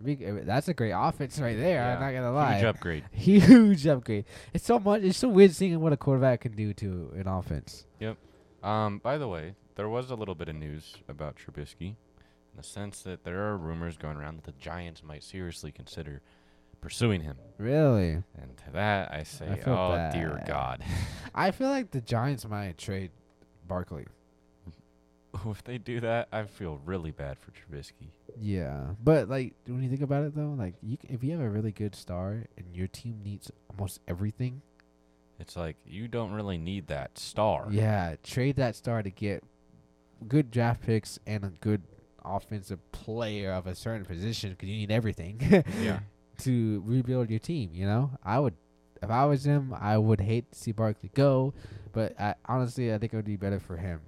A: Big- uh, That's a great offense right there. I'm
B: Yeah.
A: not gonna lie.
B: Huge upgrade.
A: *laughs* Huge upgrade. It's so much. It's so weird seeing what a quarterback can do to an offense.
B: Um, by the way, there was a little bit of news about Trubisky, in the sense that there are rumors going around that the Giants might seriously consider pursuing him.
A: Really,
B: And to that, I say,
A: feel
B: oh dear
A: bad.
B: God, *laughs*
A: I feel like the Giants might trade Barkley.
B: if they do that, I feel really bad for Trubisky.
A: Yeah, but like when you think about it though, like you, c- if you have a really good star and your team needs almost everything,
B: It's like you don't really need that star.
A: yeah, trade that star to get good draft picks and a good offensive player of a certain position because you need everything *laughs*
B: Yeah.
A: to rebuild your team. You know, I would, if I was him, I would hate to see Barkley go, but I, honestly, I think it would be better for him.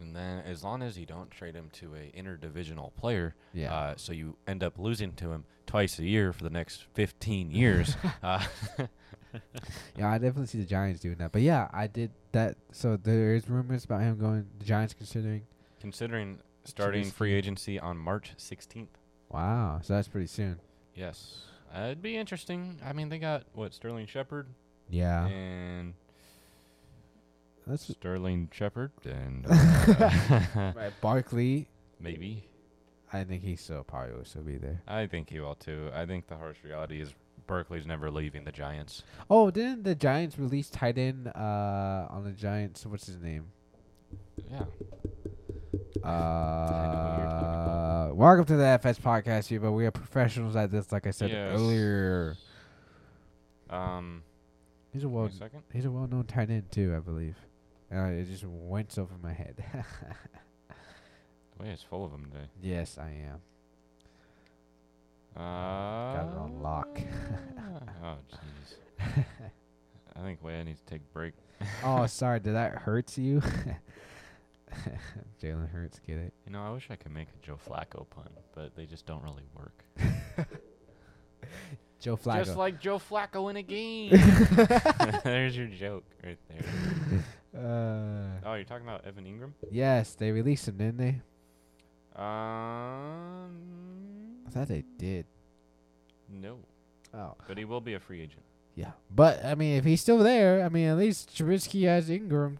B: And then as long as you don't trade him to a interdivisional player,
A: Yeah.
B: uh, so you end up losing to him twice a year for the next
A: *laughs*
B: 15 years. uh, *laughs*
A: Yeah, I definitely see the Giants doing that. But yeah, I did that. So there is rumors about him going. The Giants considering.
B: considering starting free
A: Trubisky.
B: agency on March 16th.
A: Wow, so that's pretty soon.
B: Yes. Uh, it'd be interesting. I mean, they got what Sterling Shepard
A: Yeah,
B: and
A: that's
B: Sterling Shepard
A: *laughs*
B: and uh, *laughs*
A: right. Barkley.
B: maybe.
A: I think he still probably will still be there.
B: I think he will too. I think the harsh reality is Berkeley's never leaving the Giants.
A: Oh, didn't the Giants release tight end uh, on the Giants? What's his name?
B: Yeah. what you're talking
A: Uh, welcome to the FS podcast here, but we are professionals at this. Like I said
B: Yes.
A: earlier,
B: Um.
A: he's a
B: give me
A: well
B: a second.
A: he's a well known tight end too, I believe. Uh, it just went over my head. *laughs*
B: Wait, it's full of them today.
A: yes, I am.
B: Uh,
A: it on lock.
B: *laughs* oh jeez. I think Leia needs to take a break.
A: oh,
B: *laughs*
A: sorry. Did that hurt you? *laughs* Jalen Hurts, get it?
B: You know, I wish I could make a Joe Flacco pun, but they just don't really work.
A: Joe Flacco.
B: Just like Joe Flacco in
A: *laughs*
B: a game. *laughs* There's your joke right there.
A: *laughs*
B: *laughs*
A: uh,
B: Oh, you're talking about Evan Ingram?
A: yes, they released him, didn't they?
B: Um,
A: I thought they did.
B: no,
A: Oh,
B: but he will be a free agent.
A: yeah. But I mean, if he's still there, I mean, at least Trubisky has Ingram.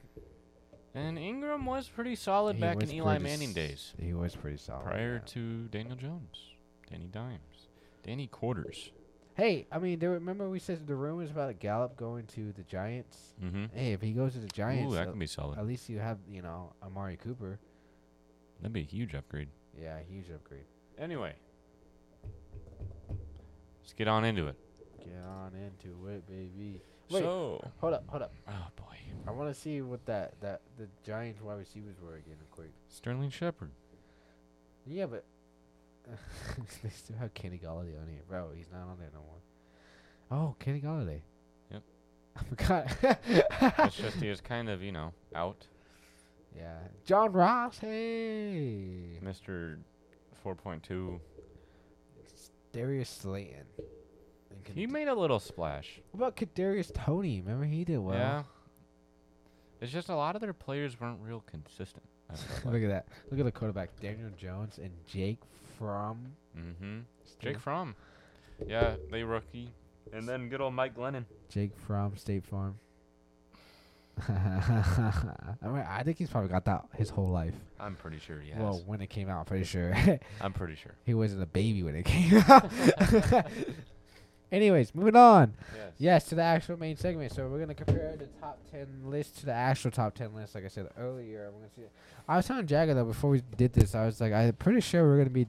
B: And Ingram was pretty solid
A: He
B: back in
A: was
B: Eli
A: pretty
B: Manning
A: s-
B: days,
A: He was pretty solid.
B: prior
A: yeah.
B: to Daniel Jones, Danny Dimes, Danny Quarters.
A: Hey, I mean, do remember we said the rumors about Gallup going to the Giants?
B: Mm-hmm.
A: Hey, if he goes to the Giants, uh,
B: Ooh, that
A: at,
B: can be solid.
A: at least you have you know Amari Cooper.
B: That'd be a huge upgrade.
A: Yeah, huge upgrade.
B: Anyway, let's get on into it.
A: Get on into it, baby. Wait,
B: So,
A: hold up, hold up.
B: oh boy,
A: I want to see what that that the Giants wide receivers were again, real quick. *laughs*
B: Sterling Shepard.
A: Yeah, but *laughs* they still have Kenny Galladay on here, bro. He's not on there no more. Oh, Kenny Galladay. *laughs*
B: Yep.
A: I forgot. *laughs*
B: it's just he was kind of, you know, out.
A: yeah, John Ross. Hey,
B: Mister 4.2.
A: Darius Slayton. And
B: He
A: Kad-
B: made a little splash.
A: what about Kadarius Tony? Remember he did well.
B: Yeah. It's just a lot of their players weren't real consistent.
A: *laughs* *laughs* Look at that. Look at the quarterback, Daniel Jones and Jake from.
B: mm-hmm. Jake Fromm. Yeah, they rookie. And then good old Mike Glennon.
A: Jake from State Farm. *laughs* I, mean, I think he's probably got that his whole life.
B: I'm pretty sure he has.
A: Well, when it came out, pretty sure *laughs*
B: I'm pretty sure.
A: he wasn't a baby when it came *laughs*
B: *laughs*
A: out. Anyways, moving on.
B: Yes.
A: Yes, to the actual main segment. So we're gonna compare the top ten list to the actual top ten list. Like I said earlier, we're gonna see. I was telling Jagger though before we did this, I was like, I'm pretty sure we're gonna be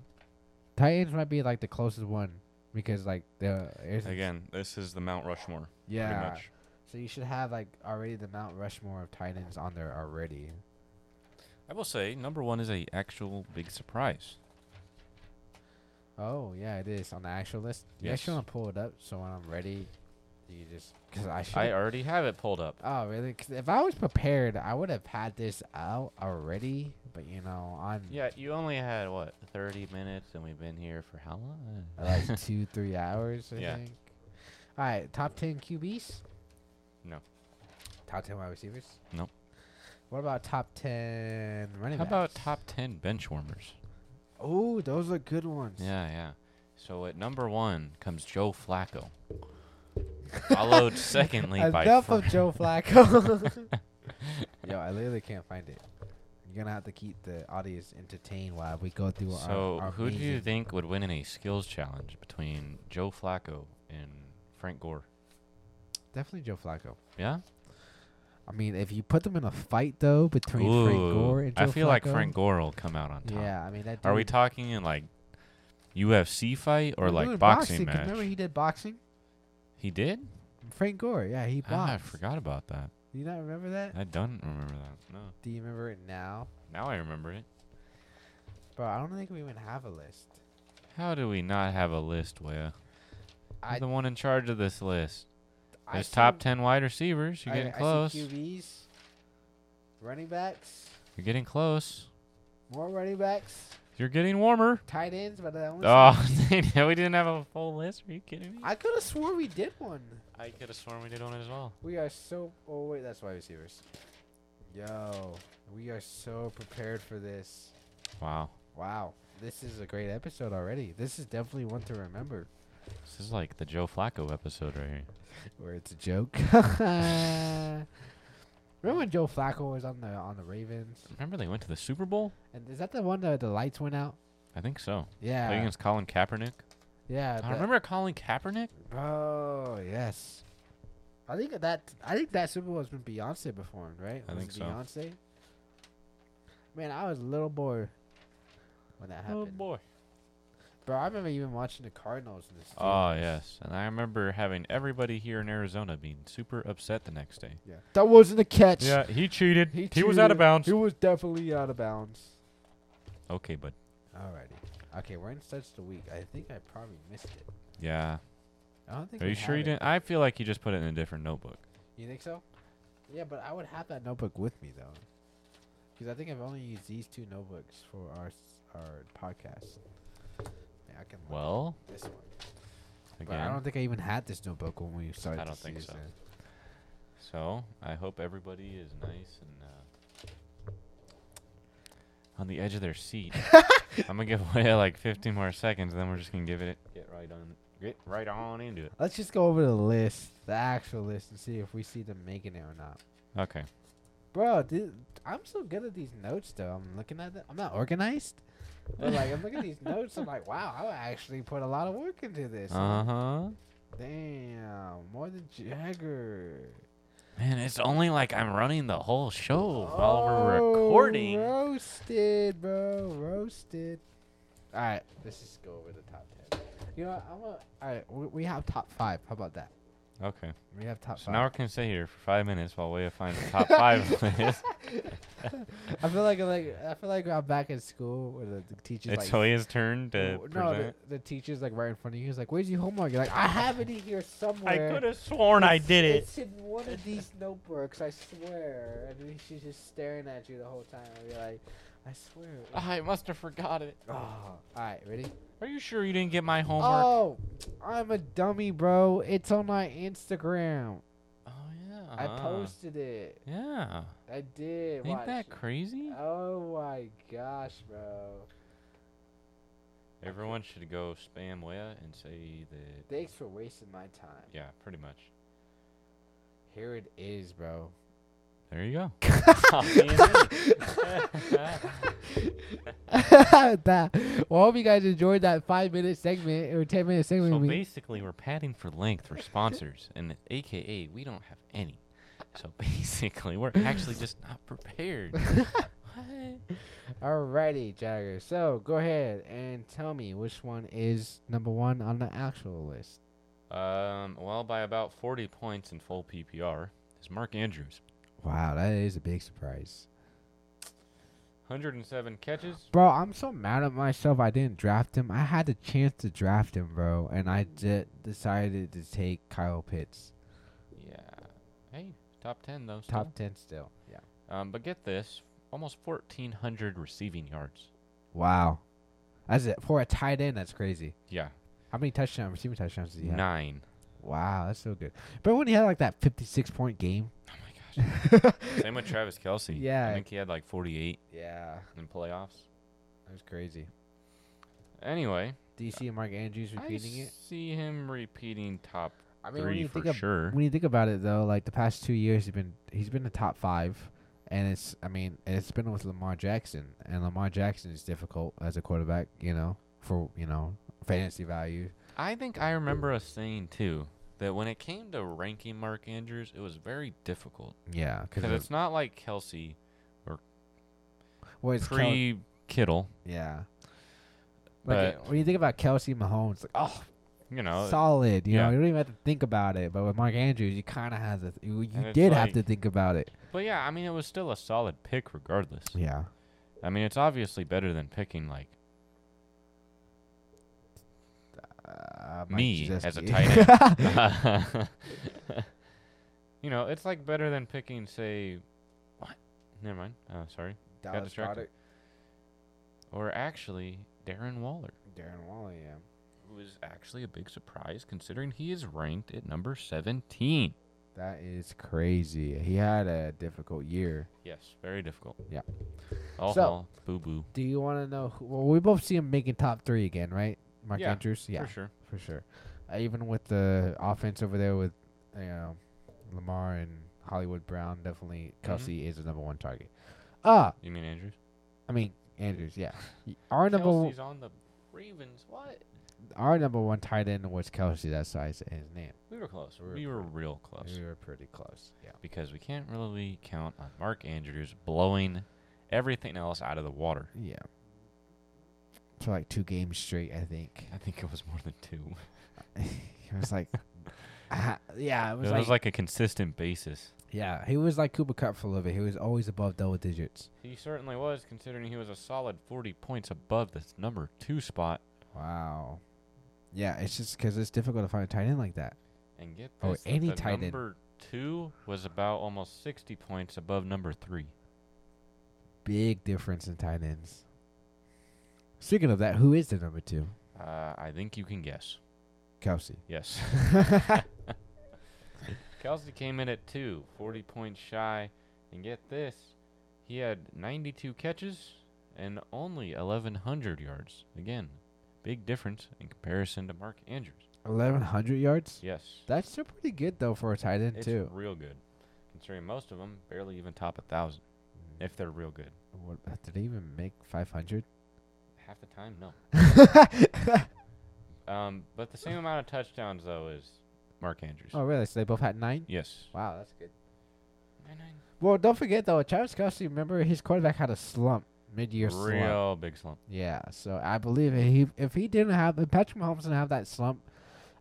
A: Titans might be like the closest one because like the it's-
B: Again, this is the Mount Rushmore. Pretty
A: yeah.
B: much.
A: So you should have like already the Mount Rushmore of Titans on there already.
B: I will say number one is a actual big surprise.
A: Oh yeah, it is on the actual list. You
B: Yes.
A: actually want to pull it up so when I'm ready, you just because I should.
C: I already have it pulled up.
A: oh really? 'Cause if I was prepared, I would have had this out already. But you know, on
C: Yeah, you only had what 30 minutes, and we've been here for how long?
B: *laughs*
A: like two three hours, I
B: Yeah.
A: think. All right, top ten QBs.
B: No.
A: Top ten wide receivers.
B: Nope.
A: What about top ten running
B: How
A: backs?
B: about top ten bench warmers?
A: Oh, those are good ones.
B: Yeah, yeah. So at number one comes Joe Flacco,
A: *laughs*
B: followed secondly by
A: Enough
B: Fer-
A: of
B: *laughs*
A: Joe Flacco. Yo, I literally can't find it. You're gonna have to keep the audience entertained while we go through our.
B: So
A: our
B: who do you
A: amazing-
B: think would win in a skills challenge between Joe Flacco and Frank Gore?
A: Definitely Joe Flacco.
B: Yeah.
A: I mean, if you put them in a fight though between Frank
B: Ooh,
A: Gore and Joe
B: I feel like
A: Flacco,
B: Frank Gore will come out on top.
A: Yeah, I mean that.
B: Are we
A: dude-
B: talking in like UFC fight or
A: We're
B: like
A: doing
B: boxing,
A: 'cause
B: match?
A: Remember
B: he,
A: he did boxing.
B: did?
A: Frank Gore, yeah, he boxed.
B: Ah, I forgot about that.
A: Do you not remember that?
B: I don't remember that. No.
A: Do you remember it now,
B: Now I remember it.
A: bro? I don't think we even have a list.
B: How do we not have a list, Wea? You're
A: I
B: the one in charge of this list.
A: I
B: There's top
A: seen-
B: ten wide receivers. You're
A: I-
B: getting
A: I seen
B: close.
A: QBs, running backs,
B: You're getting close.
A: more running backs.
B: You're getting warmer.
A: tight ends, but I only saw-
B: Oh, *laughs* dang, we didn't have a full list. Are you kidding me?
A: I could have swore we did one.
B: I could have sworn we did one as well.
A: We are so. Oh wait, that's wide receivers. Yo, we are so prepared for this.
B: Wow.
A: Wow, this is a great episode already. This is definitely one to remember.
B: This is like the Joe Flacco episode right here.
A: Where it's a *laughs* joke. Remember *laughs* when Joe Flacco was on the on the Ravens?
B: Remember they went to the Super Bowl?
A: And is that the one that the lights went out?
B: I think so.
A: Yeah.
B: Playing against Colin Kaepernick.
A: Yeah.
B: Oh, I
A: the-
B: remember Colin Kaepernick.
A: Oh yes. I think that I think that Super Bowl has been Beyonce performed, right?
B: I
A: Was
B: think
A: it
B: so.
A: Beyonce. Man, I was a little boy when that
B: Oh,
A: happened. Bro, I remember even watching the Cardinals in this.
B: Oh yes, and I remember having everybody here in Arizona being super upset the next day.
A: Yeah. That wasn't a catch.
B: he cheated.
A: He cheated.
B: bounds.
A: It was definitely out of bounds.
B: Okay, but
A: Alrighty. Okay, we're in such the week. I think I probably missed it.
B: yeah.
A: I don't think.
B: Are
A: we
B: you
A: have
B: sure you
A: it.
B: didn't? I feel like you just put it in a different notebook.
A: You think so? Yeah, but I would have that notebook with me though, because I think I've only used these two notebooks for our s- our podcast. Yeah, I can. look
B: Well,
A: at this one. But I
B: again.
A: don't think I even had this notebook when we started.
B: I don't
A: the
B: think so.
A: season.
B: So I hope everybody is nice and uh, on the edge of
A: *laughs*
B: their seat. I'm gonna give away uh, like 15 more seconds, then we're just gonna give it get right on get right on into it.
A: Let's just go over the list, the actual list, and see if we see them making it or not.
B: Okay.
A: Bro, dude, I'm so good at these notes though. I'm looking at them. I'm not organized. But like I'm looking at
B: *laughs*
A: these notes, I'm like, wow, I actually put a lot of work into this.
B: Uh huh.
A: Damn, more than Jagger.
B: Man, it's only like I'm running the whole show Oh, while we're recording.
A: Oh, Roasted, bro. Roasted. All right, let's just go over the top ten. You know, what, I'm gonna. All right, we, we have top five. How about that?
B: Okay.
A: We have top
B: So now we
A: five.
B: can sit here for five minutes while we find the
A: *laughs*
B: top five list.
A: I feel like like I feel like I'm back in school where the, the teachers
B: It's
A: like.
B: Hoya's turn to
A: w- no, the,
B: present.
A: the teacher's like right in front of you. He's like, "Where's your homework?" You're like, "I have it in
B: *laughs*
A: here somewhere."
B: have sworn
A: It's- It's in one of these notebooks, I swear. And then she's just staring at you the whole time. And you're like, I swear. it was-
B: I must have forgot it.
A: Oh. All right, ready?
B: Are you sure you didn't get my homework?
A: Oh, I'm a dummy, bro. It's on my Instagram.
B: Oh, yeah.
A: I posted it.
B: Yeah.
A: I did.
B: Ain't
A: watch
B: that
A: it.
B: crazy?
A: Oh my gosh, bro.
B: Everyone should go spam Wea and say that.
A: Thanks for wasting my time.
B: Yeah, pretty much.
A: Here it is,
B: *laughs*
A: bro. *laughs*
B: There you go. Oh,
A: *laughs* that. Well, I hope you guys enjoyed that five minute segment or 10 minute segment.
B: So
A: with me.
B: basically, we're padding for length for sponsors, and AKA, *laughs* we don't have any. So basically, we're actually just not prepared.
A: Alrighty, Jagger. So go ahead and tell me which one is number one on the actual list.
B: *laughs* Um, well, by about 40 points in full PPR is Mark Andrews.
A: Wow, that is a big surprise.
B: 107 catches.
A: Bro, I'm so mad at myself I didn't draft him. I had the chance to draft him, bro, and I de- decided to take Kyle Pitts.
B: Yeah. Hey, top 10 though. Still.
A: Top 10 still. Yeah.
B: Um, but get this, almost 1,400 receiving yards.
A: Wow. That's it. For a tight end, that's crazy.
B: Yeah.
A: How many touchdowns, receiving touchdowns did he have?
B: Nine.
A: Wow, that's so good. But when he had like that 56 point *laughs* game.
B: Oh my gosh. *laughs* Same with Travis Kelsey.
A: Yeah.
B: I think he had like 48
A: Yeah,
B: in playoffs.
A: that was crazy.
B: Anyway,
A: Do you see Mark Andrews repeating
B: I
A: it?
B: see him repeating top
A: I
B: three for sure.
A: When you think about it, though, like the past two years, he's been he's been the top five, and it's I mean it's been with Lamar Jackson, and Lamar Jackson is difficult as a quarterback, you know, for you know fantasy value.
B: I think I remember us saying too that when it came to ranking Mark Andrews, it was very difficult
A: Yeah,
B: because
A: because
B: it's not like Kelsey
A: well, it's Kel-
B: pre Kittle.
A: yeah. Like
B: But-
A: uh, when you think about Kelsey Mahomes, like oh,
B: You know,
A: solid. You know,
B: yeah.
A: you don't even have to think about it. But with Mark Andrews, you kind of have to. Th- you you
B: it's
A: did have
B: like-
A: to think about it.
B: but yeah, I mean, it was still a solid pick regardless.
A: Yeah.
B: I mean, it's obviously better than picking like
A: Uh, Mike
B: me as
A: *laughs*
B: a
A: Krzyzewski.
B: tight *laughs* end. you know, it's like better than picking, say, what? Never mind. Uh, sorry.
A: Dallas
B: distracted.
A: Goedert,
B: Or actually, Darren Waller,
A: Darren Waller, yeah.
B: who is actually a big surprise considering he is ranked at number 17.
A: That is crazy. He had a difficult year.
B: Yes, very difficult.
A: Yeah.
B: Oh,
A: So-
B: boo boo.
A: Do you want to know? Who, well, we both see him making top three again, right? Mark
B: Yeah,
A: Andrews, yeah,
B: For sure.
A: for sure. Uh, even with the offense over there with, you know, Lamar and Hollywood Brown, definitely
B: Mm-hmm.
A: Kelsey is the number one target. Ah,
B: You mean Andrews?
A: I mean Andrews, yeah. Y- Our number, w-
B: Kelsey's on the Ravens. What?
A: our number one tight end was Kelsey. That's why I said his name.
B: We were close.
A: We were
B: We were real close.
A: We were pretty close. Yeah.
B: Because we can't really count on Mark Andrews blowing everything else out of the water.
A: Yeah. For like two games straight, I think.
B: I think it was more than two.
A: *laughs* It was like, ah, yeah, it
B: It
A: was,
B: was,
A: like,
B: like a consistent basis.
A: yeah, he was like Cooper Cup for a little bit. He was always above double digits.
B: He certainly was, considering he was a solid 40 points above the number two spot.
A: Wow. Yeah, it's just because it's difficult to find a tight end like that.
B: And get
A: Oh,
B: this, that
A: any
B: the
A: tight end.
B: number two was about almost 60 points above number three.
A: Big difference in tight ends. Speaking of that, who is the number two?
B: Uh, I think you can guess.
A: Kelsey.
B: *laughs* Yes. Kelsey came in at two, 40 points shy. And get this, he had 92 catches and only 1,100 yards. Again, big difference in comparison to Mark Andrews.
A: 1,100 yards?
B: Yes.
A: That's still pretty good, though, for a tight *laughs* end,
B: It's
A: too.
B: real good. Considering most of them barely even top a thousand, if they're real good.
A: What, uh, did they even make
B: *laughs*
A: 500?
B: Half the time, no. um, but the same amount of touchdowns though is Mark Andrews.
A: Oh, really? So they both had nine?
B: Yes.
A: Wow, that's good. Well, don't forget though, Travis Kelsey. Remember, his quarterback had a slump mid-year slump.
B: Real big slump.
A: Yeah, so I believe if he if he didn't have if Patrick Mahomes didn't have that slump,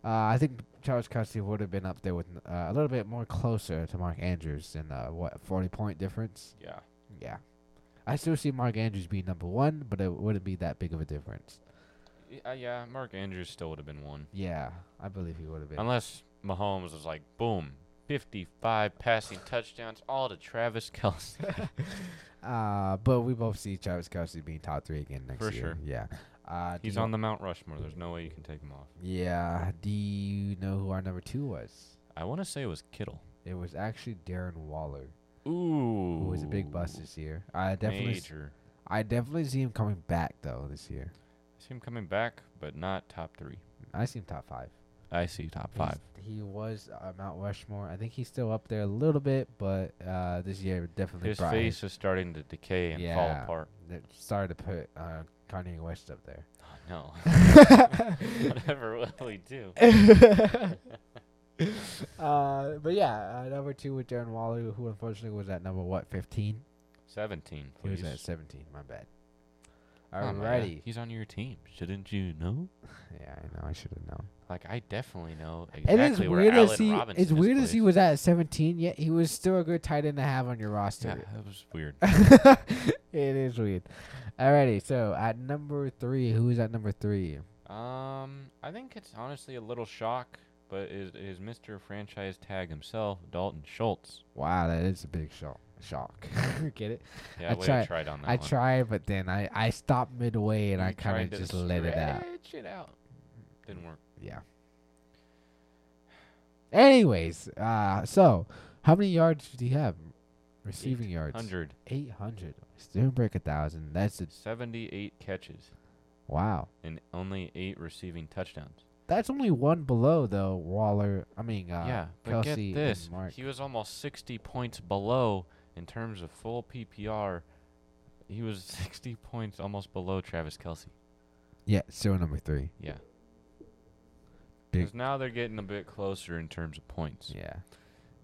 A: uh, I think Travis Kelsey would have been up there with uh, a little bit more closer to Mark Andrews than uh, what forty point difference.
B: Yeah.
A: Yeah, I still see Mark Andrews being number one, but it wouldn't be that big of a difference.
B: Y- Uh, yeah, Mark Andrews still would have been one.
A: Yeah, I believe he would have been.
B: Unless Mahomes was like, boom, 55 passing touchdowns, all to Travis *laughs* Kelsey.
A: Uh, but we both see Travis Kelsey being top three again next
B: For
A: year.
B: sure.
A: Yeah, uh, do
B: He's
A: you-
B: on the Mount Rushmore. There's no way you can take him off.
A: Yeah. Do you know who our number two was?
B: I want to say it was Kittle.
A: It was actually Darren Waller,
B: Ooh.
A: who was a big bust this year. I definitely, s-
B: Major.
A: I definitely see him coming back though this year.
B: I see him coming back, but not top three.
A: I see him top five.
B: I see top
A: He's-
B: five.
A: he was uh, Mount Rushmore. I think he's still up there a little bit, but uh, this year definitely
B: His
A: brought his-
B: face is starting to decay and
A: Yeah.
B: fall *laughs* apart.
A: that started to put uh, Kanye West up
B: *laughs*
A: there. *laughs*
B: Oh, no. Whatever will he do?
A: uh, but yeah, uh, number two with Darren Waller, who unfortunately was at number what fifteen.
B: 17,
A: He
B: please.
A: was at 17. My bad.
B: Oh, man,
A: Alrighty.
B: He's on your team. Shouldn't you know?
A: Yeah, I know. I should have known.
B: Like, I definitely know
A: It
B: exactly
A: is
B: where
A: weird
B: Allen
A: as he.
B: Robinson
A: It's
B: is
A: weird as he
B: placed.
A: was at 17, yet he was still a good tight end to have on your
B: Yeah,
A: roster.
B: that was weird.
A: *laughs* it is weird. Alrighty. So at number three, who is at number three?
B: Um, I think it's honestly a little shock, but it is Mr. Franchise Tag himself, Dalton *laughs* Schultz.
A: Wow, that is a big shock. Shock. *laughs* Get it?
B: Yeah,
A: I
B: way
A: tried-
B: to try on that
A: I
B: one.
A: tried, but then I I stopped midway and
B: You
A: I kind
B: tried
A: of
B: to
A: just let it out.
B: stretch it out. Didn't work.
A: Yeah. Anyways, uh, so how many yards do you have? Receiving yards.
B: 100.
A: 800. Still break a thousand. That's a,
B: 78 catches
A: wow.
B: and only eight receiving touchdowns.
A: That's only one below though. Waller. I mean, uh,
B: yeah, but
A: Kelsey
B: get this.
A: and Mark.
B: He was almost 60 points below in terms of full PPR. He was *laughs* 60 points almost below Travis Kelsey.
A: Yeah, still number three.
B: Yeah.
A: Big-
B: Because now they're getting a bit closer in terms of points.
A: Yeah.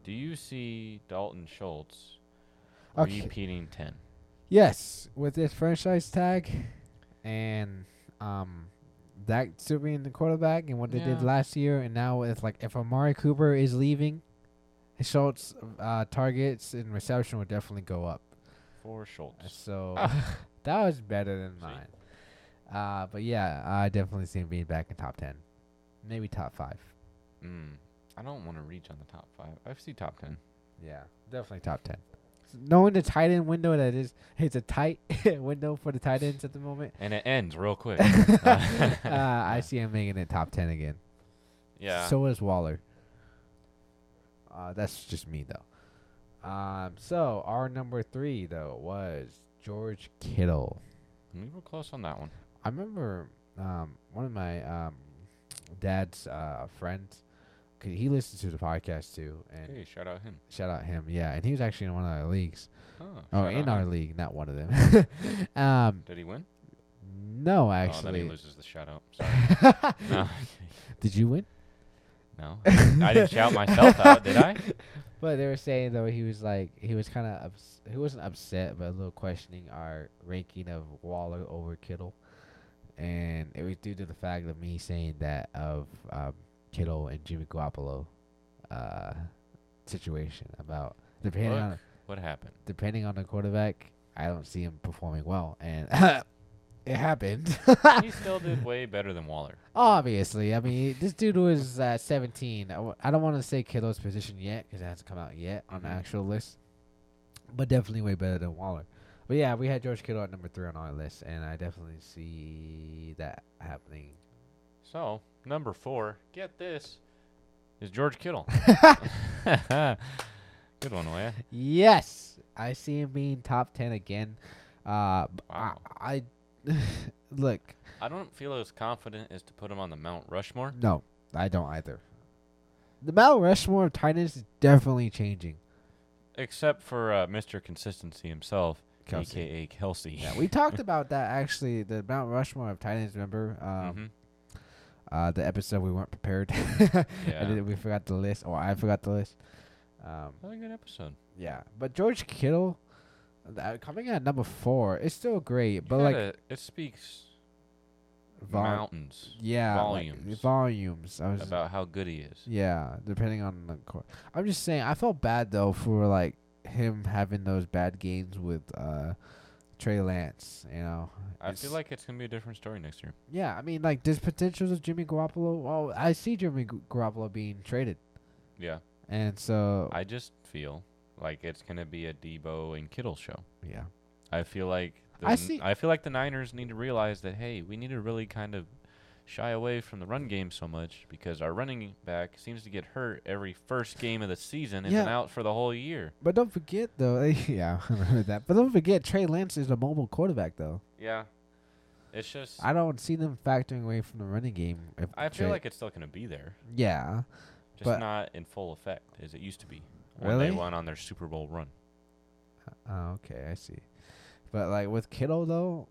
B: Do you see Dalton Schultz
A: Okay.
B: repeating 10?
A: Yes, with this franchise tag, and um, that still being the quarterback and what they did
B: Yeah.
A: last year, and now with like if Amari Cooper is leaving, Schultz uh, targets and reception would definitely go up.
B: For Schultz.
A: So that was better than
B: See?
A: mine. Uh, but yeah, I definitely see him being back in top ten, maybe top five.
B: Mm, I don't want to reach on the top five. I see top 10.
A: Yeah, definitely top ten. S- Knowing the tight end window that is, it's a tight *laughs* window for the tight ends at the moment.
B: And it ends real
A: *laughs*
B: quick. *laughs*
A: uh, I see him making it top ten again.
B: yeah.
A: So is Waller. Uh, that's just me though. Um, so our number three though was George Kittle.
B: we were close on that one.
A: I remember um, one of my um, dad's uh, friends. 'cause He listens to the podcast too, and
B: Hey, shout out him.
A: shout out him. Yeah, and he was actually in one of our leagues.
B: Oh,
A: Oh,
B: shout
A: in
B: out
A: our
B: him.
A: league, not one of
B: *laughs*
A: them. *laughs* um,
B: Did he win?
A: no,
B: Oh, then he
A: actually.
B: loses the shout out. Sorry.
A: *laughs*
B: no,
A: Did you win?
B: no. *laughs*
A: *laughs*
B: I didn't shout myself out, did I?
A: But they were saying though he was like he was kind of ups- he wasn't upset but a little questioning our ranking of Waller over Kittle, and it was due to the fact of me saying that of um, Kittle and Jimmy Garoppolo uh, situation about depending
B: Look,
A: on
B: What happened?
A: depending on the quarterback, I don't see him performing well, and *laughs* it happened.
B: He still did way better than Waller.
A: Obviously, I mean, this dude was uh, 17. I, w- I don't want to say Kittle's position yet because it hasn't come out yet on the
B: Mhm.
A: actual list, but definitely way better than Waller. But yeah, we had George Kittle at number three on our list, and I definitely see that happening.
B: So, number four, get this, is
A: *laughs*
B: George Kittle. *laughs* Good one, Leia.
A: Yes, I see him being top 10 again. Uh, b-
B: Wow.
A: I, *laughs* I look,
B: I don't feel as confident as to put him on the Mount Rushmore.
A: no, I don't either. The Mount Rushmore of Titans is definitely changing.
B: except for uh, Mr. Consistency himself,
A: Kelsey.
B: aka Kelsey. *laughs*
A: Yeah, we talked about that actually. The Mount Rushmore of Titans. Remember, um,
B: Mhm.
A: uh, the episode we weren't prepared.
B: Mm-hmm.
A: *laughs*
B: Yeah.
A: I did, we forgot the list, or I forgot the list. Um,
B: Another good episode.
A: yeah, but George Kittle uh, coming in at number four is still great,
B: You
A: but like
B: gotta- it speaks
A: vol-
B: mountains
A: yeah, like,
B: volumes.
A: volumes. I was
B: about how good he is.
A: yeah, depending on the. Court. I'm just saying, I felt bad though for like him having those bad games with uh, Trey Lance. You know,
B: I
A: It's-
B: feel like it's gonna be a different story next year.
A: Yeah, I mean, like, there's potential of Jimmy Garoppolo. Well, I see Jimmy G- Garoppolo being traded,
B: Yeah,
A: and so
B: I just feel like it's gonna be a Debo and Kittle show.
A: yeah,
B: I feel like the
A: I
B: N-
A: see-
B: I feel like the Niners need to realize that hey, we need to really kind of shy away from the run game so much because our running back seems to get hurt every first game of the season and been
A: Yeah.
B: out for the whole year.
A: but don't forget though, *laughs* yeah, I remember that. But don't forget, Trey Lance is a mobile quarterback though.
B: Yeah, it's just
A: I don't see them factoring away from the running game. If
B: I feel
A: Trey-
B: like it's still going to be there,
A: yeah,
B: just
A: But-
B: not in full effect as it used to be when they
A: Really?
B: won on their Super Bowl run.
A: oh, okay, I see. But like with Kittle though,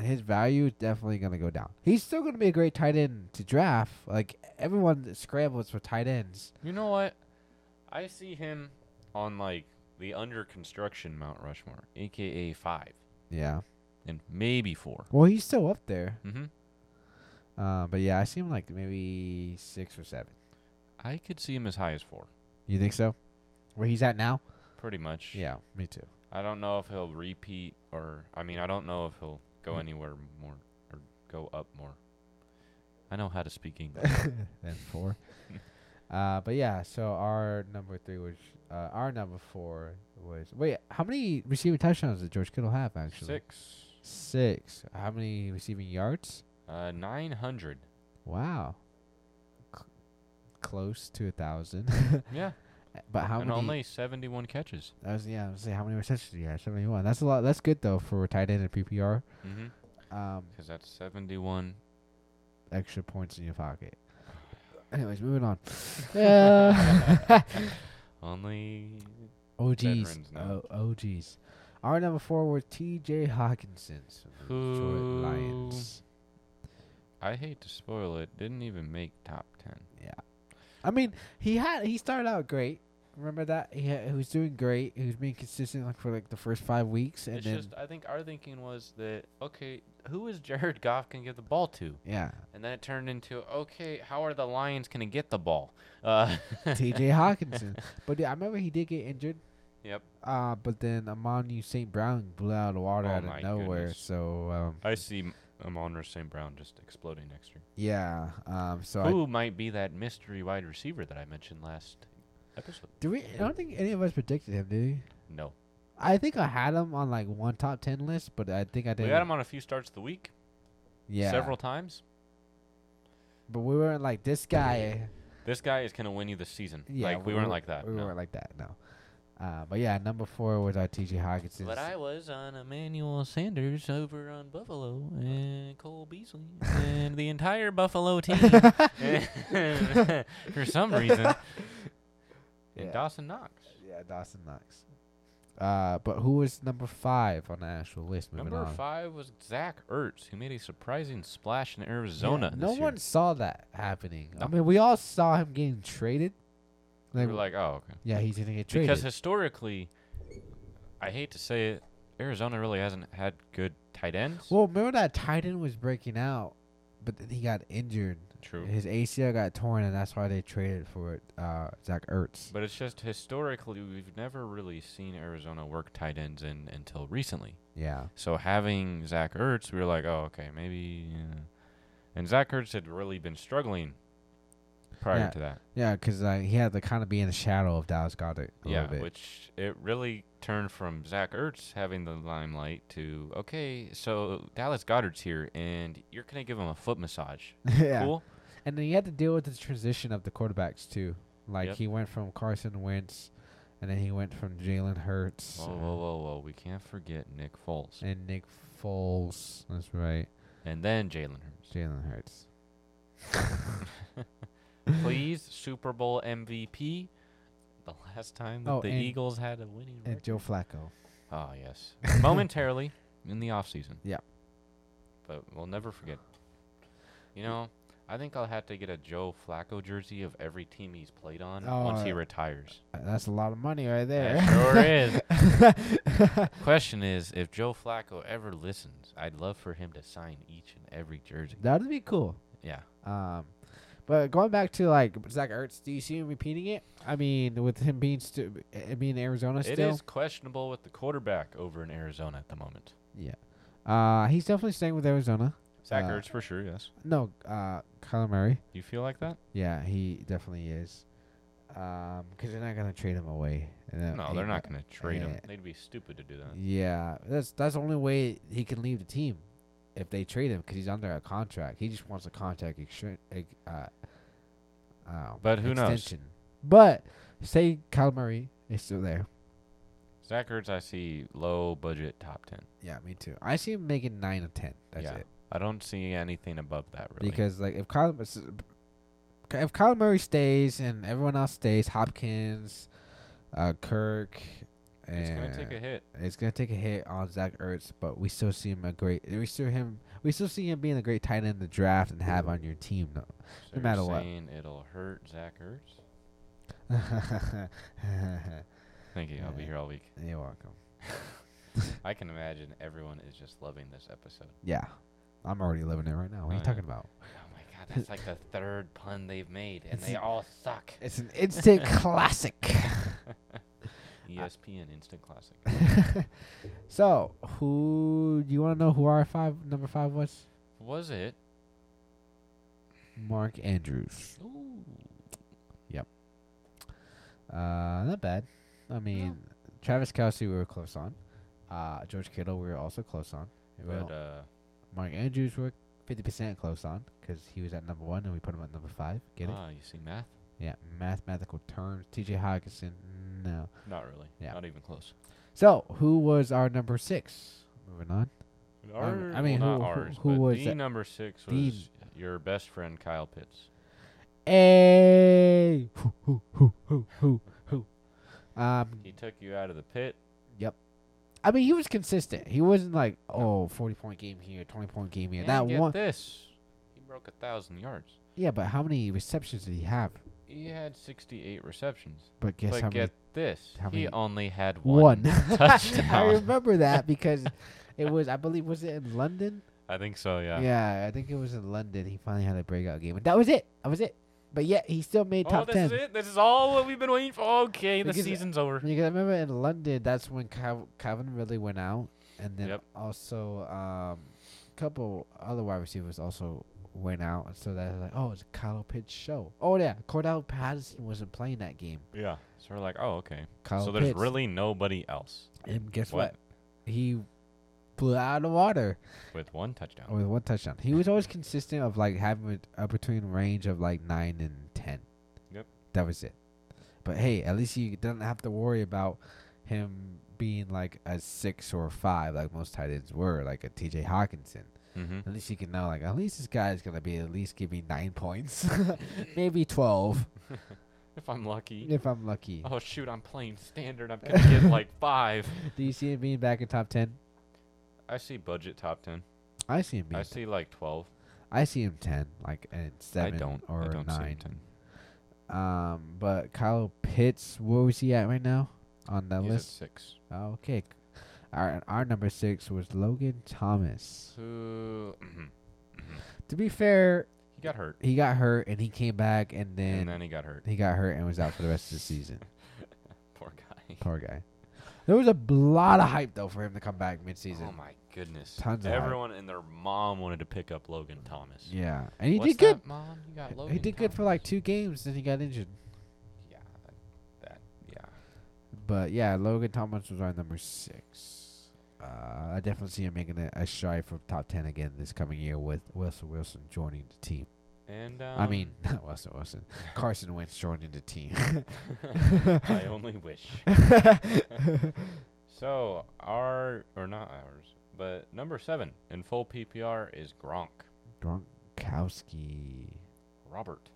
A: his value is definitely gonna go down. He's still gonna be a great tight end to draft. Like everyone scrambles for tight ends.
B: You know what? I see him on like the under construction Mount Rushmore, aka five
A: Yeah.
B: and maybe four.
A: Well, he's still up there.
B: Mm-hmm.
A: Uh, but yeah, I see him like maybe six or seven.
B: I could see him as high as four,
A: You think so? Where he's at now?
B: pretty much.
A: Yeah, me too.
B: I don't know if he'll repeat or I mean I don't know if he'll go
A: Mm.
B: anywhere more or go up more. I know how to speak *laughs* English.
A: then
B: *laughs*
A: four. uh, but yeah, so our number three was uh, our number four was wait. How many receiving touchdowns did George Kittle have actually?
B: Six.
A: Six. How many receiving yards?
B: Uh, nine hundred.
A: Wow. C- close to a thousand.
B: *laughs*
A: *laughs*
B: Yeah.
A: but how
B: and
A: many?
B: only seventy-one catches.
A: I was yeah. I was gonna say how many receptions did he have? Seventy-one. That's a lot. That's good though for a tight end in PPR.
B: Mm-hmm.
A: Um,
B: Because that's seventy-one.
A: extra points in your
B: *sighs*
A: pocket. Anyways, moving
B: *laughs*
A: on. *laughs* Uh,
B: Only.
A: oh geez.
B: Veterans now.
A: Oh, oh geez. Our number four was T.J. Hawkinson's from the
B: Who-
A: Detroit Lions.
B: I hate to spoil it. Didn't even make top ten.
A: I mean, he had he started out great. Remember that he, ha- he was doing great. He was being consistent like for like the first five weeks, and
B: it's
A: then
B: just I think our thinking was that okay, who is Jared *laughs* Goff can give the ball to?
A: *laughs*
B: *laughs*
A: yeah,
B: And then it turned into okay, how are the Lions gonna get the ball? Uh, *laughs*
A: T.J. Hawkinson. But yeah, I remember he did get injured.
B: Yep.
A: Uh, but then Amon St. Brown blew out of the water
B: Oh
A: out
B: my
A: of nowhere.
B: goodness.
A: So um,
B: I see Amonra St. Brown just exploding next year.
A: yeah, um, so I
B: Who might be that mystery wide receiver that I mentioned last episode?
A: Do we? I don't think any of us predicted him, did we?
B: No.
A: I think I had him on like one top ten list, but I think I
B: We
A: didn't.
B: got him on a few starts of the week,
A: yeah,
B: several times.
A: But we weren't like this guy.
B: This guy is going to win you the season.
A: Yeah,
B: like, we, weren't like that.
A: We
B: no.
A: weren't like that. No. Uh, but yeah, number four was our T.J. Hawkinson.
C: But I was on Emmanuel Sanders over on Buffalo and Cole Beasley and the entire
A: *laughs*
C: Buffalo team.
B: For some reason. And
A: Yeah.
B: Dawson Knox.
A: yeah, Dawson Knox. Uh, but who was number five on the actual list? Moving
B: Number
A: on.
B: five was Zach Ertz, who made a surprising splash in Arizona.
A: Yeah, no
B: this year.
A: one saw that happening. I
B: No.
A: mean, we all saw him getting traded.
B: We were like, oh, okay.
A: yeah, he's gonna get traded.
B: Because historically, I hate to say it, Arizona really hasn't had good tight ends.
A: Well, remember that Titan was breaking out, but then he got injured.
B: True.
A: His ACL got torn, and that's why they traded for uh, Zach Ertz.
B: But it's just historically, we've never really seen Arizona work tight ends in until recently.
A: Yeah,
B: So having Zach Ertz, we were like, oh, okay, maybe. Uh, and Zach Ertz had really been struggling prior
A: Yeah,
B: to that.
A: yeah, because uh, he had to kind of be in the shadow of Dallas Goddard a
B: yeah,
A: *laughs* little bit.
B: which it really turned from Zach Ertz having the limelight to, okay, so Dallas Goddard's here, and you're going to give him a foot massage.
A: yeah,
B: Cool.
A: and then he had to deal with the transition of the quarterbacks too. Like
B: Yep.
A: he went from Carson Wentz, and then he went from Jalen Hurts
B: Whoa, whoa, whoa, whoa. We can't forget Nick Foles.
A: and Nick Foles. That's right,
B: And then Jalen
A: *laughs*
B: Hurts.
A: Jalen Hurts.
B: Please, Super Bowl MVP. The last time that
A: Oh,
B: the
A: and-
B: Eagles had a winning
A: And
B: record.
A: Joe Flacco.
B: Oh, yes. Momentarily *laughs* in the offseason.
A: Yeah.
B: But we'll never forget. You know, I think I'll have to get a Joe Flacco jersey of every team he's played on once he
A: Oh.
B: retires.
A: Uh, That's a lot of money right *laughs* there.
B: That
A: *laughs*
B: sure is. Question is if Joe Flacco ever listens, I'd love for him to sign each and every jersey.
A: That'd be cool.
B: Yeah.
A: Um, but going back to like Zach Ertz, do you see him repeating it? I mean, with him being stu- uh, being in Arizona
B: It
A: still,
B: is questionable with the quarterback over in Arizona at the moment.
A: yeah. Uh, he's definitely staying with Arizona.
B: Zach
A: Uh,
B: Ertz for sure, yes.
A: No, uh, Kyler Murray.
B: You feel like that?
A: Yeah, he definitely is. Um, because they're not gonna trade him away. And that-
B: No,
A: he-
B: they're not going to trade him.
A: uh,
B: They'd be stupid to do that.
A: Yeah, that's that's the only way he can leave the team if they trade him because he's under a contract. He just wants a contract extra, ex- uh, uh,
B: But who knows?
A: extension. But say Kyle Murray is still there.
B: Zach Ertz, I see low budget top 10.
A: Yeah, me too. I see him making nine or ten. That's
B: Yeah,
A: it.
B: I don't see anything above that, really.
A: Because like if Kyle s- if Kyle Murray stays and everyone else stays, Hopkins, uh, Kirk, and
B: it's going to take a hit.
A: It's gonna take a hit on Zach Ertz, but we still see him a great. We still him. We still see him being a great tight end in the draft and have on your team though. *laughs*
B: So you're
A: matter what.
B: saying it'll hurt Zach Ertz? Thank you. I'll be
A: Yeah.
B: here all week.
A: You're welcome.
B: I can imagine everyone is just loving this
A: *sighs*
B: episode.
A: Yeah, I'm already living it right now. What are
B: Oh,
A: you
B: yeah.
A: talking about?
B: Oh my god, that's like the third pun they've made, and
A: It's-
B: they all suck.
A: It's an instant *laughs* classic.
B: E ESPN Instant Classic.
A: *laughs* so, who do you want to know who our five number five was?
B: Was it?
A: Mark Andrews.
B: Ooh.
A: Uh, not bad. I mean, Travis Kelsey we were close on. Uh, George Kittle we were also close on. Well,
B: But uh,
A: Mark Andrews we were fifty percent close on because he was at number one and we put him at number five. Get it?
B: ah, you see math?
A: Yeah, mathematical terms. T.J. Hawkinson, no.
B: Not really.
A: Yeah.
B: Not even close.
A: So, who was our number six? Moving on.
B: Our-
A: Um, I mean,
B: well,
A: who-
B: not
A: who-
B: ours.
A: who
B: but
A: was
B: the
A: that-
B: number six
A: the-
B: was your best friend Kyle Pitts.
A: Hey, who, who, who, who, who, who? Um,
B: He took you out of the pit.
A: I mean, he was consistent. He wasn't like, oh, 40 point game here, 20 point game here.
B: and
A: that
B: get
A: one.
B: This. He broke a thousand yards.
A: Yeah, but how many receptions did he have?
B: He had 68 receptions.
A: But guess
B: but
A: how
B: get this.
A: how
B: He
A: many-
B: only had
A: many? *laughs*
B: one,
A: I
B: touchdown.
A: remember that because it was, I believe, was it in London?
B: I think so, yeah.
A: I think it was in London. He finally had a breakout game. And that was it. That was it. But yet, he still made
B: Oh,
A: top
B: this
A: 10.
B: is it. This is all what we've been waiting for. Okay, the
A: Because, uh,
B: season's over.
A: Because I remember in London, that's when Cav- Calvin really went out, and then
B: Yep.
A: also um, a couple other wide receivers also went out, and so that's like, oh, it's a Kyle Pitts show. Oh yeah, Cordell Patterson wasn't playing that game.
B: Yeah. So we're like, oh, okay.
A: Kyle
B: so there's
A: Pitts.
B: really nobody else.
A: and guess what?
B: What?
A: He blew out of the water
B: With one touchdown.
A: with one touchdown. He was always consistent of like having a, a between range of like nine and ten.
B: Yep.
A: That was it. But hey, at least you didn't have to worry about him being like a six or a five, like most tight ends were, like a T.J. Hawkinson.
B: Mm-hmm.
A: At least you can know, like, at least this guy is gonna be at least give me nine points, *laughs* maybe twelve
B: If I'm lucky.
A: if I'm lucky.
B: Oh shoot, I'm playing standard. I'm gonna get like *laughs* five.
A: Do you see him being back in top ten?
B: I see budget top ten.
A: I see him being.
B: I see like twelve.
A: I see him ten, like and seven
B: I don't.
A: or
B: I don't
A: nine.
B: see ten.
A: Um, but Kyle Pitts, where was he at right now on that
B: He's at
A: list?
B: six.
A: Oh, okay. Our our number six was Logan Thomas.
B: Who?
A: To be fair,
B: *clears throat* he got hurt,
A: he got hurt and he came back and then,
B: and then he got hurt.
A: he got hurt and was out for the rest of the
B: *laughs*
A: season.
B: Poor guy.
A: Poor guy. There was a b- lot of hype though for him to come back midseason.
B: Oh my goodness.
A: Tons of hype.
B: Everyone and their mom wanted to pick up Logan Thomas.
A: yeah, and he
B: What's
A: did good.
B: that, Mom, you got
A: He
B: Logan
A: did good for
B: Thomas.
A: like two games, then he got injured.
B: Yeah, that. Yeah.
A: But yeah, Logan Thomas was our number six. Uh, I definitely see him making a, a stride for top ten again this coming year with Wilson Wilson joining the team.
B: And um,
A: I mean, *laughs* not Wilson Wilson, Carson Wentz joining the team.
B: *laughs*
A: *laughs*
B: I only wish. So our or not ours, but number seven in full PPR is Gronk.
A: Gronkowski.
B: Robert.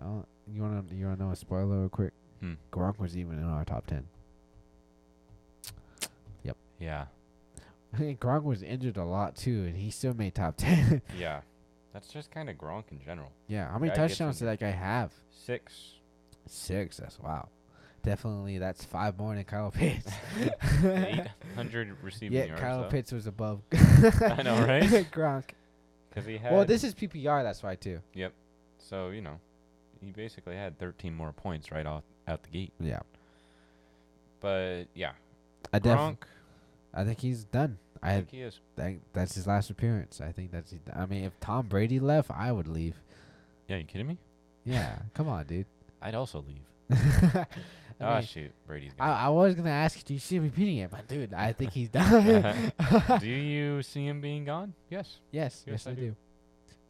A: Oh, you wanna you wanna know a spoiler real quick?
B: Hmm.
A: Gronk was even in our top ten. *laughs*
B: Yeah.
A: Gronk was injured a lot too, and he still made top *laughs* ten.
B: Yeah. That's just kind of Gronk in general.
A: yeah, how many
B: Guy gets
A: touchdowns did that guy have?
B: Six.
A: *laughs* Six. That's wow. Definitely, that's five more than Kyle
B: *laughs*
A: Pitts.
B: Eight hundred receiving
A: Yeah,
B: yards.
A: Kyle
B: though,
A: Pitts was
B: *laughs*
A: above. *laughs*
B: I know, right?
A: Gronk.
B: 'cause he had.
A: Well, this is PPR. That's why too.
B: So you know, he basically had 13 more points right off out the gate.
A: Yeah,
B: But yeah,
A: I
B: Gronk.
A: def- I think he's done.
B: I
A: I
B: think he is.
A: think that's his last appearance. I think that's. His, I mean, if Tom Brady left, I would leave.
B: Yeah, you kidding me?
A: Yeah, *laughs* come on, dude.
B: I'd also leave.
A: I,
B: oh
A: mean,
B: shoot, Brady's
A: I,
B: gone.
A: I was gonna ask, do you see him repeating it, but dude, I think he's
B: *laughs*
A: done. *laughs*
B: Do you see him being gone? Yes.
A: yes, yes,
B: I
A: I,
B: do.
A: do.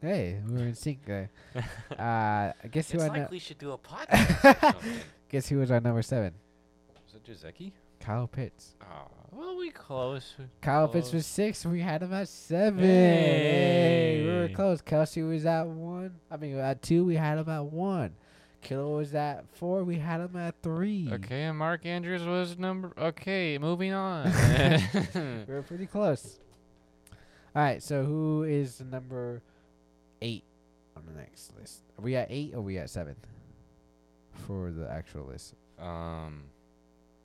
A: Hey, we were in sync there.
B: *laughs*
A: Uh, guess who
C: It's
A: I
C: like
A: know?
C: we should do a podcast. or something.
A: Guess who was our number seven?
B: Was it Jazeki?
A: Kyle Pitts.
B: Oh, well, we close.
A: Kyle Pitts
B: Close.
A: was six. We had him at seven. Hey, we were
B: Hey.
A: close. Kelsey was at one. I mean, at two. We had him at one. Kittle was at four. We had him at three.
B: Okay, and Mark Andrews was number. Okay, moving on.
A: we were pretty close. All right. So who is the number eight on the next list? Are we at eight or we at seven for the actual list?
B: *laughs* um,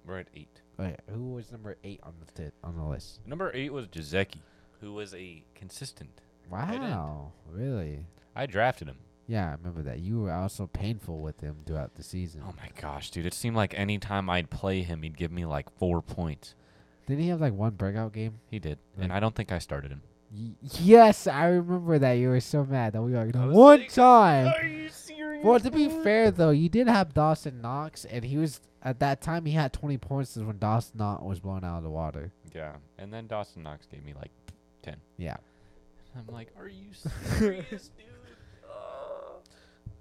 B: We're at eight.
A: Oh, yeah. Who was number eight on the th- on the list?
B: Number eight was Jazeki, who was a consistent. end.
A: Wow, really?
B: I drafted him.
A: Yeah, I remember that. You were also painful with him throughout the season.
B: Oh my gosh, dude! It seemed like any time I'd play him, he'd give me like four points.
A: Didn't he have like one breakout game?
B: He did,
A: Like-
B: and I don't think I started him.
A: Y- yes, I remember that. You were so mad that we were like,
B: I was
A: one
B: like,
A: time.
B: you serious?
A: Well, to be fair though, you did have Dawson Knox, and he was at that time he had 20 points is when Dawson Knox was blown out of the water.
B: Yeah, and then Dawson Knox gave me like ten.
A: Yeah.
B: I'm like,
A: *laughs*
B: are you serious, *laughs* dude?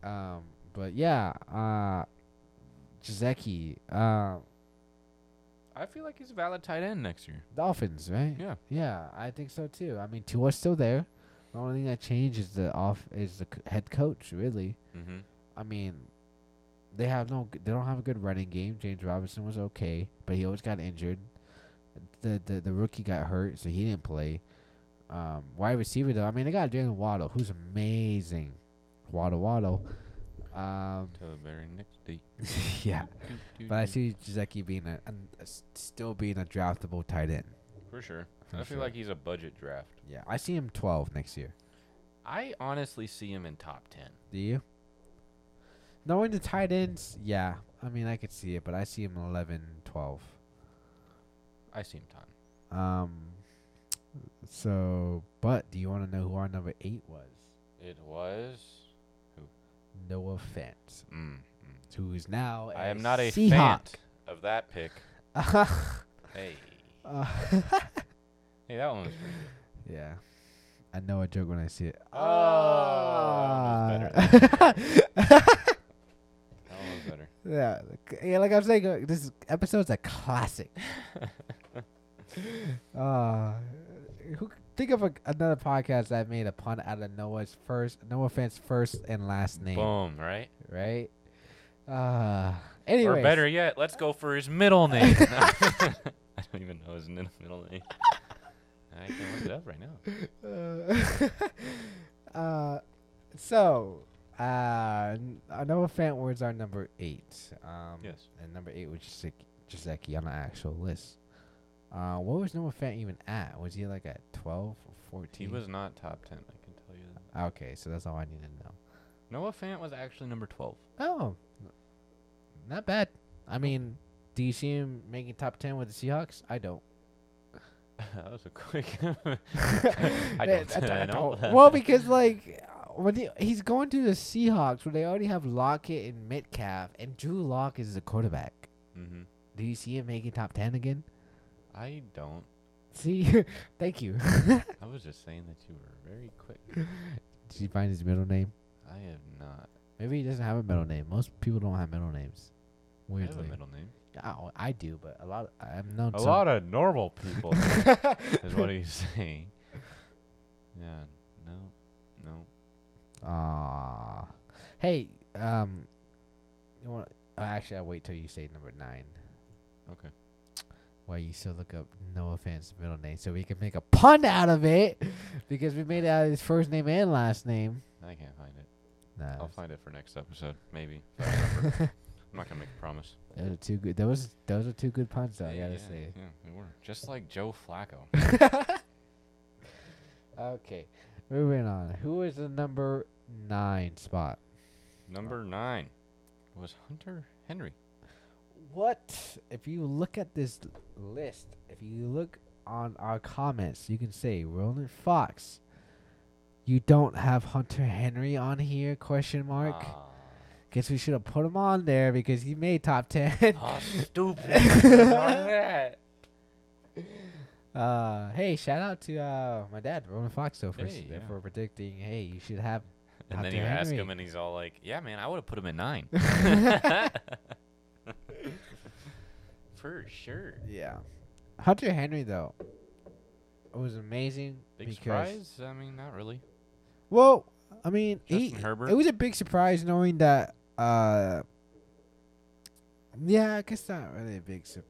B: Uh.
A: Um, but yeah, uh, Jazeki, uh,
B: I feel like he's a valid tight end next year.
A: Dolphins, right?
B: Yeah.
A: Yeah, I think so too. I mean, Tua's still there. The only thing that changed is the off is the c- head coach. Really,
B: Mm-hmm.
A: I mean, they have no, g- they don't have a good running game. James Robinson was okay, but he always got injured. The the, the rookie got hurt, so he didn't play. Um, wide receiver though, I mean, they got Jalen Waddle, who's amazing. Waddle Waddle. Um,
B: Till the very next day.
A: *laughs* yeah,
B: Doo, doo,
A: but I
B: doo.
A: see Jazeki being a, an- a s- still being a draftable tight end.
B: For sure.
A: For
B: I feel
A: sure.
B: like he's a budget draft.
A: Yeah, I see him twelve next year.
B: I honestly see him in top 10.
A: Do you? Knowing the tight ends, yeah. I mean, I could see it, but I see him 11, 12.
B: I see him time.
A: Um, so, but do you want to know who our number eight was?
B: It was.
A: No offense.
B: Mm,
A: Who is now?
B: I am not a fan
A: Seahawk.
B: of that pick. Hey.
A: Uh,
B: Hey, that one was.
A: *laughs*
B: pretty-
A: yeah. I know a joke when I see it.
B: Oh, that was That one was better.
A: *laughs* yeah, like- yeah, like I'm saying, uh, this episode's a classic.
B: *laughs*
A: Uh, who c- think of a, another podcast that made a pun out of Noah's first, no offense, first and last name,
B: Boom, right?
A: right? Uh, anyways,
B: Or better yet, let's go for his middle name. I don't even know his mid- middle name. I can look it up right now.
A: Uh, *laughs* uh, so, uh, n- uh, Noah Fant words are number eight. Um,
B: Yes.
A: and number eight was Jacek- Jaceki on the actual list. Uh, what was Noah Fant even at? Was he like at twelve or
B: He
A: fourteen?
B: was not top 10, I can tell you that.
A: okay, so that's all I need to know.
B: Noah Fant was actually number 12.
A: Oh, n- not bad. I mean, do you see him making top ten with the Seahawks? I don't.
B: *laughs* that was a quick. *laughs* I
A: Yeah, *laughs*
B: don't know.
A: well, because like when he, he's going to the Seahawks, where they already have Lockett and Metcalf, and Drew Lock is the quarterback.
B: hmm
A: Do you see him making top ten again?
B: I don't.
A: See, *laughs* thank you.
B: I was just saying that you were very quick.
A: Did you find his middle name?
B: I have not.
A: Maybe he doesn't have a middle name. Most people don't have middle names.
B: I have a
A: Weirdly,
B: middle name.
A: Oh, I do, but a lot. I'm known
B: A
A: some-
B: lot of normal people is what he's saying. Yeah. No. No.
A: Ah. Hey, um, you want? Uh, actually, I'll wait till you say number nine.
B: Okay.
A: While you still look up no offense middle name, so we can make a pun out of it, because we made it out of his first name and last name.
B: I can't find it.
A: Nah,
B: I'll find it for next episode, maybe. if I
A: *laughs*
B: remember. I'm not gonna make a promise.
A: those are two good. Those those are two good puns, though. I
B: Yeah,
A: gotta
B: yeah,
A: say.
B: Yeah, they were. Just like Joe
A: *laughs*
B: Flacco.
A: Okay, moving on. Who is the number nine spot?
B: Number nine was Hunter Henry.
A: What if you look at this l- list? If you look on our comments, you can say Roland Fox. You don't have Hunter Henry on here? Question mark. *laughs*
B: Ah.
A: Guess we should have put him on there because he made top
B: *laughs*
A: ten.
B: Oh,
A: *laughs*
B: stupid. that.
A: uh, hey, shout out to uh, my dad, Roland Fox, though, for, s-
B: Hey, yeah.
A: for predicting. Hey, you should have.
B: And
A: Hunter
B: then you ask
A: Henry.
B: him, and he's all like, "Yeah, man, I would have put him
A: *laughs*
B: at nine. *laughs* For sure.
A: Yeah, Hunter Henry though. It was amazing
B: Big
A: because
B: surprise? I mean, not really.
A: Well, I mean, he,
B: Justin Herbert?
A: it was a big surprise knowing that. Uh, yeah, I guess not really a big, su-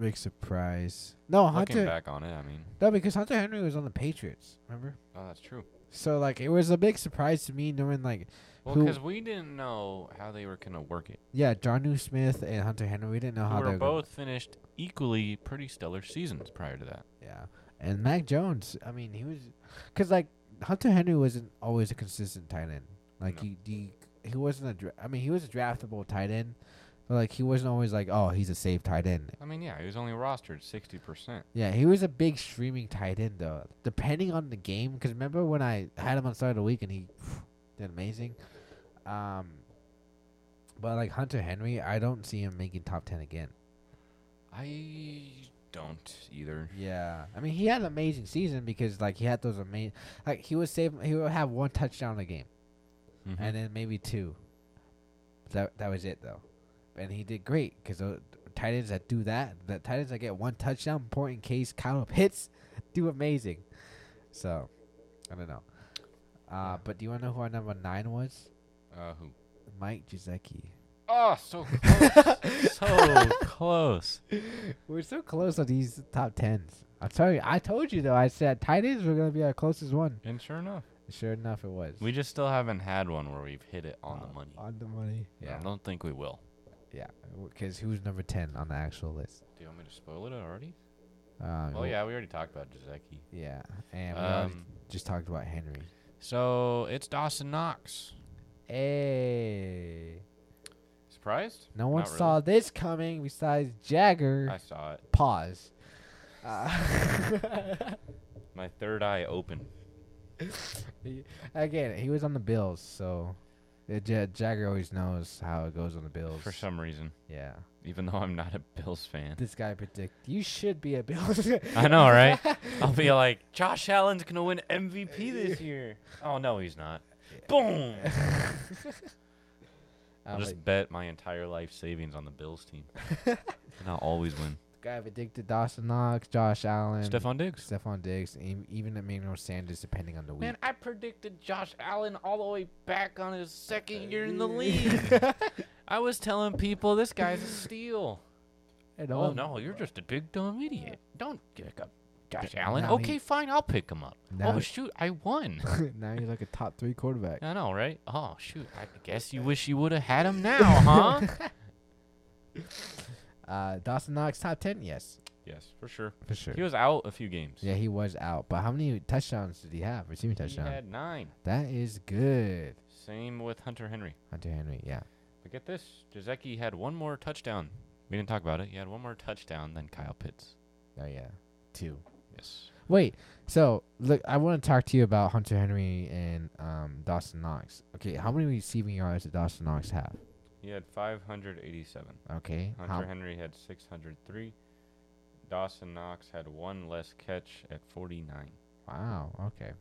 A: big surprise. No,
B: Looking
A: Hunter.
B: back on it, I mean,
A: No, because Hunter Henry was on the Patriots. Remember?
B: oh, that's true.
A: So like it was a big surprise to me knowing like
B: Well,
A: Who-
B: because we didn't know how they were gonna work it.
A: yeah, John New Smith and Hunter Henry Uh-huh, we didn't know how they
B: Who were
A: were gonna-
B: both finished equally pretty stellar seasons prior to that.
A: Yeah. And Mac Jones, I mean, he was cuz like Hunter Henry wasn't always a consistent tight end. Like
B: No.
A: he, he he wasn't a dra- I mean, he was a draftable tight end, but like he wasn't always like, "Oh, he's a safe tight end."
B: I mean, yeah, he was only rostered sixty percent.
A: Yeah, he was a big streaming tight end though. Depending on the game, because remember when I had him on start of the week and he *sighs* did amazing. Um, but like Hunter Henry, I don't see him making top ten again.
B: I don't either.
A: Yeah, I mean he had an amazing season because like he had those amazing. Like he was save he would have one touchdown a game and then maybe two. That that was it though, and he did great because the tight ends that do that, the tight ends that get one touchdown, important case count of hits, *laughs* do amazing. So, I don't know. Uh, but do you want to know who our number nine was?
B: uh, who?
A: Mike Jazeki.
B: Oh, so
A: *laughs*
B: close. so close.
A: We're so close on these top tens. I'm sorry, I told you though. I said tight ends were gonna be our closest one.
B: And sure enough,
A: Sure enough, it was.
B: we just still haven't had one where we've hit it on the money.
A: Oh, On the money. Oh,
B: Yeah.
A: Uh, Yeah,
B: I don't think we will.
A: yeah. Because who's number ten on the actual list?
B: Do you want me to spoil it already?
A: Um,
B: Well, Oh, yeah, we already talked about Jazeki.
A: Yeah, and we already
B: Um,
A: just talked about Henry.
B: So it's Dawson Knox.
A: Hey,
B: Surprised?
A: no one
B: Not really.
A: saw this coming besides Jagger.
B: I saw it.
A: Pause. Uh, *laughs*
B: My third eye open.
A: he- again, he was on the Bills, so uh, Ja- Jagger always knows how it goes on the Bills.
B: For some reason,
A: yeah,
B: even though I'm not a *laughs* Bills
A: *laughs*
B: fan.
A: this guy predict you should be a Bills.
B: *laughs*
A: *laughs*
B: I know, right? I'll be like, Josh Allen's gonna win MVP this year. Oh no, he's not. Boom! I'll
A: Um,
B: just bet my entire life savings on the Bills team, and I'll always win.
A: guy predicted Dawson Knox, Josh Allen,
B: Stephon Diggs.
A: Stephon Diggs, and even Emmanuel Sanders, depending on the week.
C: Man, I predicted Josh Allen all the way back on his second year in the league.
A: league.
C: I was telling people this guy's a steal.
A: and
B: Oh
A: all-
B: no, you're just a big dumb idiot. Don't pick up Josh Allen.
A: now
B: okay,
A: he-
B: fine, I'll pick him up.
A: now-
B: oh shoot, I won.
A: *laughs* now you're like a top three quarterback.
B: I know, right? Oh shoot, I guess you wish you would have had him now, huh? *laughs*
A: Uh, Dawson Knox top ten, yes,
B: yes, for sure.
A: for sure.
B: He was out a few games.
A: yeah, he was out, but how many touchdowns did he have? Receiving
B: he
A: touchdown.
B: had nine.
A: that is good,
B: Same with Hunter Henry.
A: Hunter Henry. Yeah,
B: But get this, Jazeki had one more touchdown. We didn't talk about it. He had one more touchdown than Kyle Pitts.
A: oh yeah, two.
B: Yes.
A: Wait, so look, I want to talk to you about Hunter Henry and um, Dawson Knox. Okay, how many receiving yards did Dawson Knox have?
B: He had 587.
A: Okay,
B: Hunter
A: how-
B: Henry had 603. Dawson Knox had one less catch at 49.
A: wow. Okay.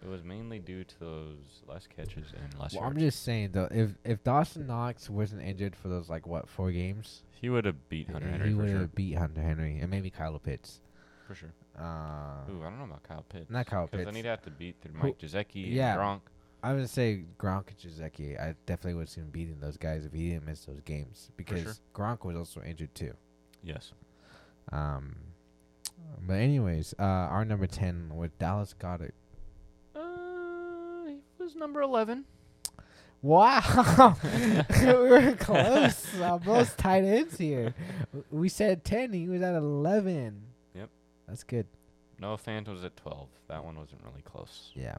B: It was mainly due to those less catches and less
A: Well, I'm
B: yards.
A: just saying though, if if Dawson Knox wasn't injured for those like what four games,
B: He would have beat Hunter Henry
A: he
B: for
A: would have
B: sure.
A: beat Hunter Henry and maybe Kyle Pitts.
B: For sure.
A: Uh,
B: Ooh, I don't know about Kyle Pitts.
A: Not Kyle
B: 'cause
A: Pitts.
B: Then he'd have to beat through
A: Who-
B: Mike Jazeki
A: yeah.
B: and Gronk.
A: I would say Gronk and Jazeki. I definitely would have seen beating those guys if he didn't miss those games because
B: sure.
A: Gronk was also injured too.
B: Yes.
A: Um, but anyways, uh, our number ten was Dallas Goddard.
B: Uh, he was number 11.
A: Wow, *laughs* we were
B: *laughs*
A: close on both tight ends here. W- We said ten, he was at eleven.
B: Yep.
A: that's good.
B: Noah Fant was at 12. That one wasn't really close.
A: Yeah.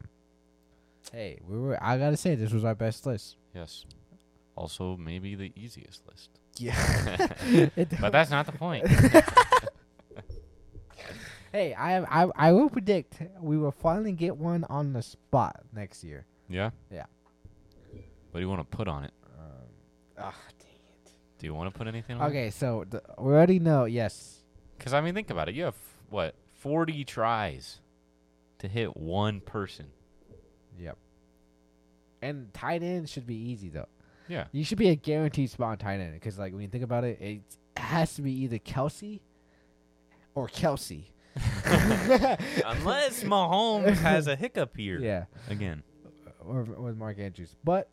A: Hey, we were. I gotta say, this was our best *laughs* list.
B: Yes. Also, maybe the easiest list.
A: Yeah.
B: But that's not
A: *laughs*
B: the point.
A: hey, I, I I will predict we will finally get one on the spot next year.
B: yeah?
A: Yeah.
B: What do you want to put on it?
A: Um, ah,
B: Do you want to put anything on
A: okay, so the, we already know. Yes,
B: Because, I mean, think about it. You have, what, 40 tries to hit one person.
A: Yep. And tight end should be easy though.
B: Yeah.
A: You should be a guaranteed spot on tight end because, like, when you think about it, it has to be either Kelsey or *laughs* Kelsey.
B: Unless Mahomes has a hiccup
A: *laughs*
B: here.
A: yeah,
B: Again.
A: or with Mark Andrews. But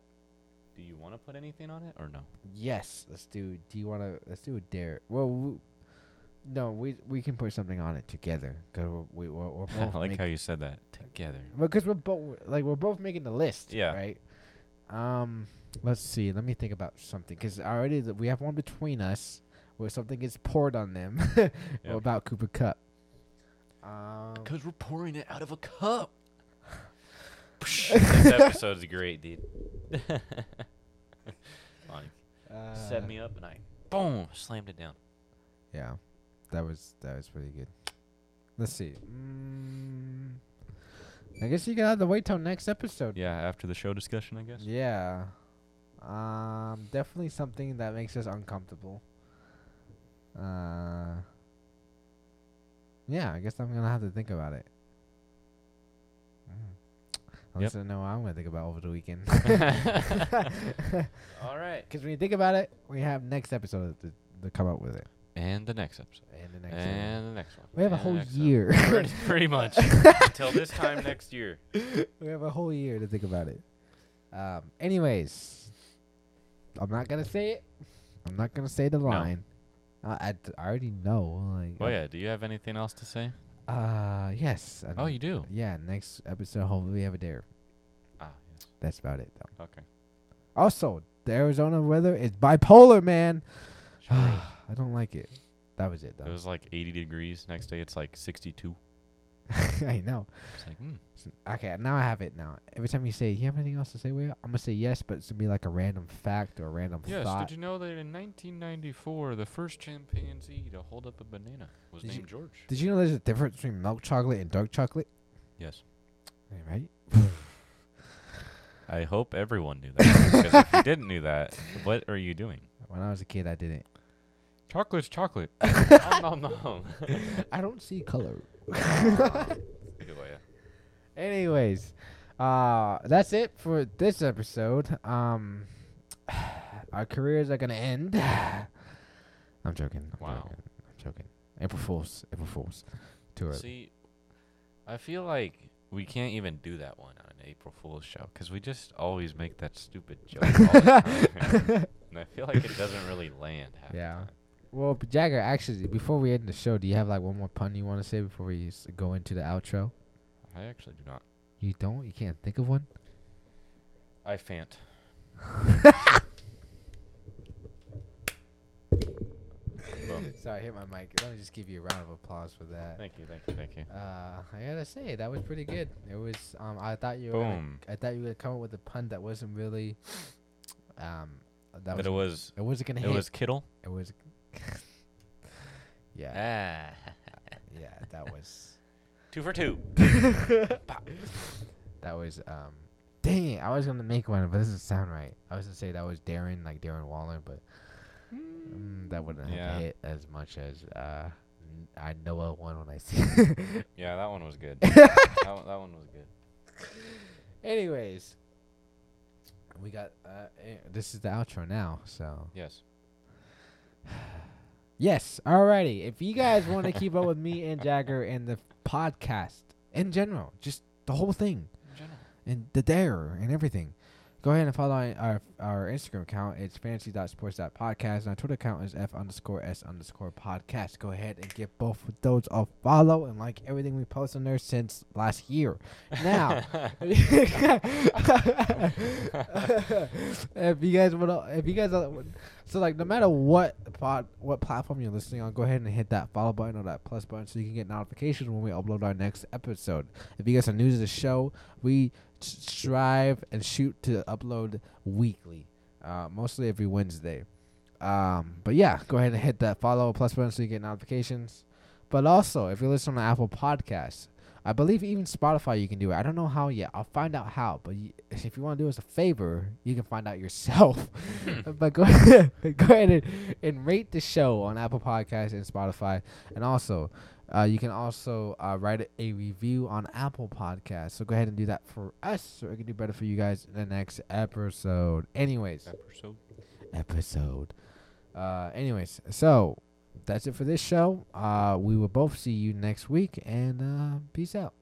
B: Do you want to put anything on it or no?
A: yes, let's do. Do you want to? Let's do a dare. Well, w- No, we we can put something on it together because we we're, we're
B: *laughs* I
A: both
B: like
A: make-
B: how you said that together.
A: because we're both like we're both making the list.
B: Yeah.
A: Right. Um. Let's see. Let me think about something because already th- we have one between us where something gets poured on them *laughs* about Cooper Cup. Um.
C: Because we're pouring it out of a cup.
B: *laughs* this episode's great, *laughs* dude. Lonnie
A: uh,
C: Set me up and I boom slammed it down.
A: Yeah, that was that was pretty good. Let's see. Mm, I guess you gotta have to wait till next episode.
B: Yeah, after the show discussion, I guess.
A: Yeah. Um, definitely something that makes us uncomfortable. Uh. Yeah, I guess I'm gonna have to think about it. Mm. I
B: Yep.
A: just don't know what I'm gonna think about over the weekend. *laughs*
C: All right.
A: Because when you think about it, we have next episode to, to come up with it,
B: And the next episode.
A: and the next. one.
B: And the next one.
A: We have a
B: and the
A: whole
B: next
A: year. *laughs*
B: one. *laughs* Pretty- Pretty much. Until this time next year.
A: we have a whole year to think about it. Um, anyways, I'm not gonna say it. I'm not gonna say the line. Uh, I, d- I already know. Like,
B: Well, Oh, yeah. Do you have anything else to say?
A: Uh, yes.
B: Oh,
A: and-
B: you do.
A: Yeah. Next episode, hopefully we have a dare.
B: Ah, yes.
A: That's about it, though.
B: *sighs* Okay.
A: Also, the Arizona weather is bipolar,
B: *sighs*
A: man.
B: Sure is.
A: I don't like it. That was it,
B: It
A: though.
B: was like 80 degrees. Next day, it's like 62.
A: *laughs* I know.
B: It's like, hmm.
A: S- Okay, now I have it. Now, every time you say, "You have anything else to say?" Will?" I'm gonna say yes, but it's gonna be like a random fact or a random
B: Yes,
A: thought.
B: did you know that in 1994, the first chimpanzee to hold up a banana was
A: Did you-
B: named George?
A: Did you know there's a difference between milk chocolate and dark chocolate?
B: yes.
A: Yeah, Right?
B: I hope everyone knew that. because if *laughs* you didn't knew that, what are you doing?
A: When I was a kid, I
B: *laughs*
A: didn't.
B: Chocolate's *laughs* chocolate. oh, no, no.
A: I don't see color. *laughs*
B: *laughs* Anyway,
A: Anyways, uh, that's it for this episode. Um, *sighs* our careers are gonna end. *sighs* I'm joking. I'm
B: Wow.
A: joking. I'm joking. April Fools. April Fools. Too early.
B: See, I feel like we can't even do that one on an April Fool's show because we just always make that stupid joke all the time. and I feel like it doesn't really land. Half the
A: Yeah.
B: time.
A: Well, but Jagger, actually, before we end the show, do you have like one more pun you want to say before we s- go into the outro?
B: I actually do not.
A: You don't. You can't think of one.
B: I fant. Boom.
A: Sorry, I hit my mic. Let me just give you a round of applause for that.
B: Thank you, thank you, thank you.
A: Uh, I gotta say that was pretty good. It was. Um, I thought you. Were gonna,
B: Boom.
A: I thought you were gonna come up with a pun that wasn't really. Um, that
B: That
A: was.
B: it was.
A: It wasn't gonna
B: It
A: hit.
B: was Kittle.
A: It was. *laughs* yeah.
B: Ah.
A: Yeah. That was.
B: Two for two.
A: That was. Um. Dang it! I was gonna make one, but it doesn't sound right. I was gonna say that was Darren, like Darren Waller, but mm, that wouldn't have
B: Yeah.
A: hit as much as uh. n- I know a one when I see. *laughs* it.
B: Yeah, that one was good. that, one, that one was good.
A: Anyways, we got uh, eh, this is the outro now. So
B: Yes.
A: yes, alrighty. If you guys want to keep up with me and Jagger and the podcast in general, just the whole thing and the dare and everything, go ahead and follow our our, our Instagram account. It's fantasy.sports.podcast and our Twitter account is f underscore s underscore podcast. Go ahead and give both of those a follow and like everything we post on there since last year.
B: *laughs*
A: Now. if you guys want to, if you guys, are, so like, no matter what pod, what platform you're listening on, go ahead and hit that follow button or that plus button so you can get notifications when we upload our next episode. If you guys are new to the show, we s- strive and shoot to upload weekly, uh, mostly every Wednesday. Um, but yeah, go ahead and hit that follow plus button so you get notifications. But also, if you listen on Apple Podcasts, I believe even Spotify you can do it. I don't know how yet. I'll find out how. But you, if you want to do us a favor, you can find out yourself. *laughs* but go ahead, go ahead and, and rate the show on Apple Podcasts and Spotify. And also, uh, you can also uh, write a review on Apple Podcasts. So go ahead and do that for us, so we can do better for you guys in the next episode. Anyways,
B: Episode.
A: episode. Uh, anyways, so that's it for this show. Uh, we will both see you next week, and uh, peace out.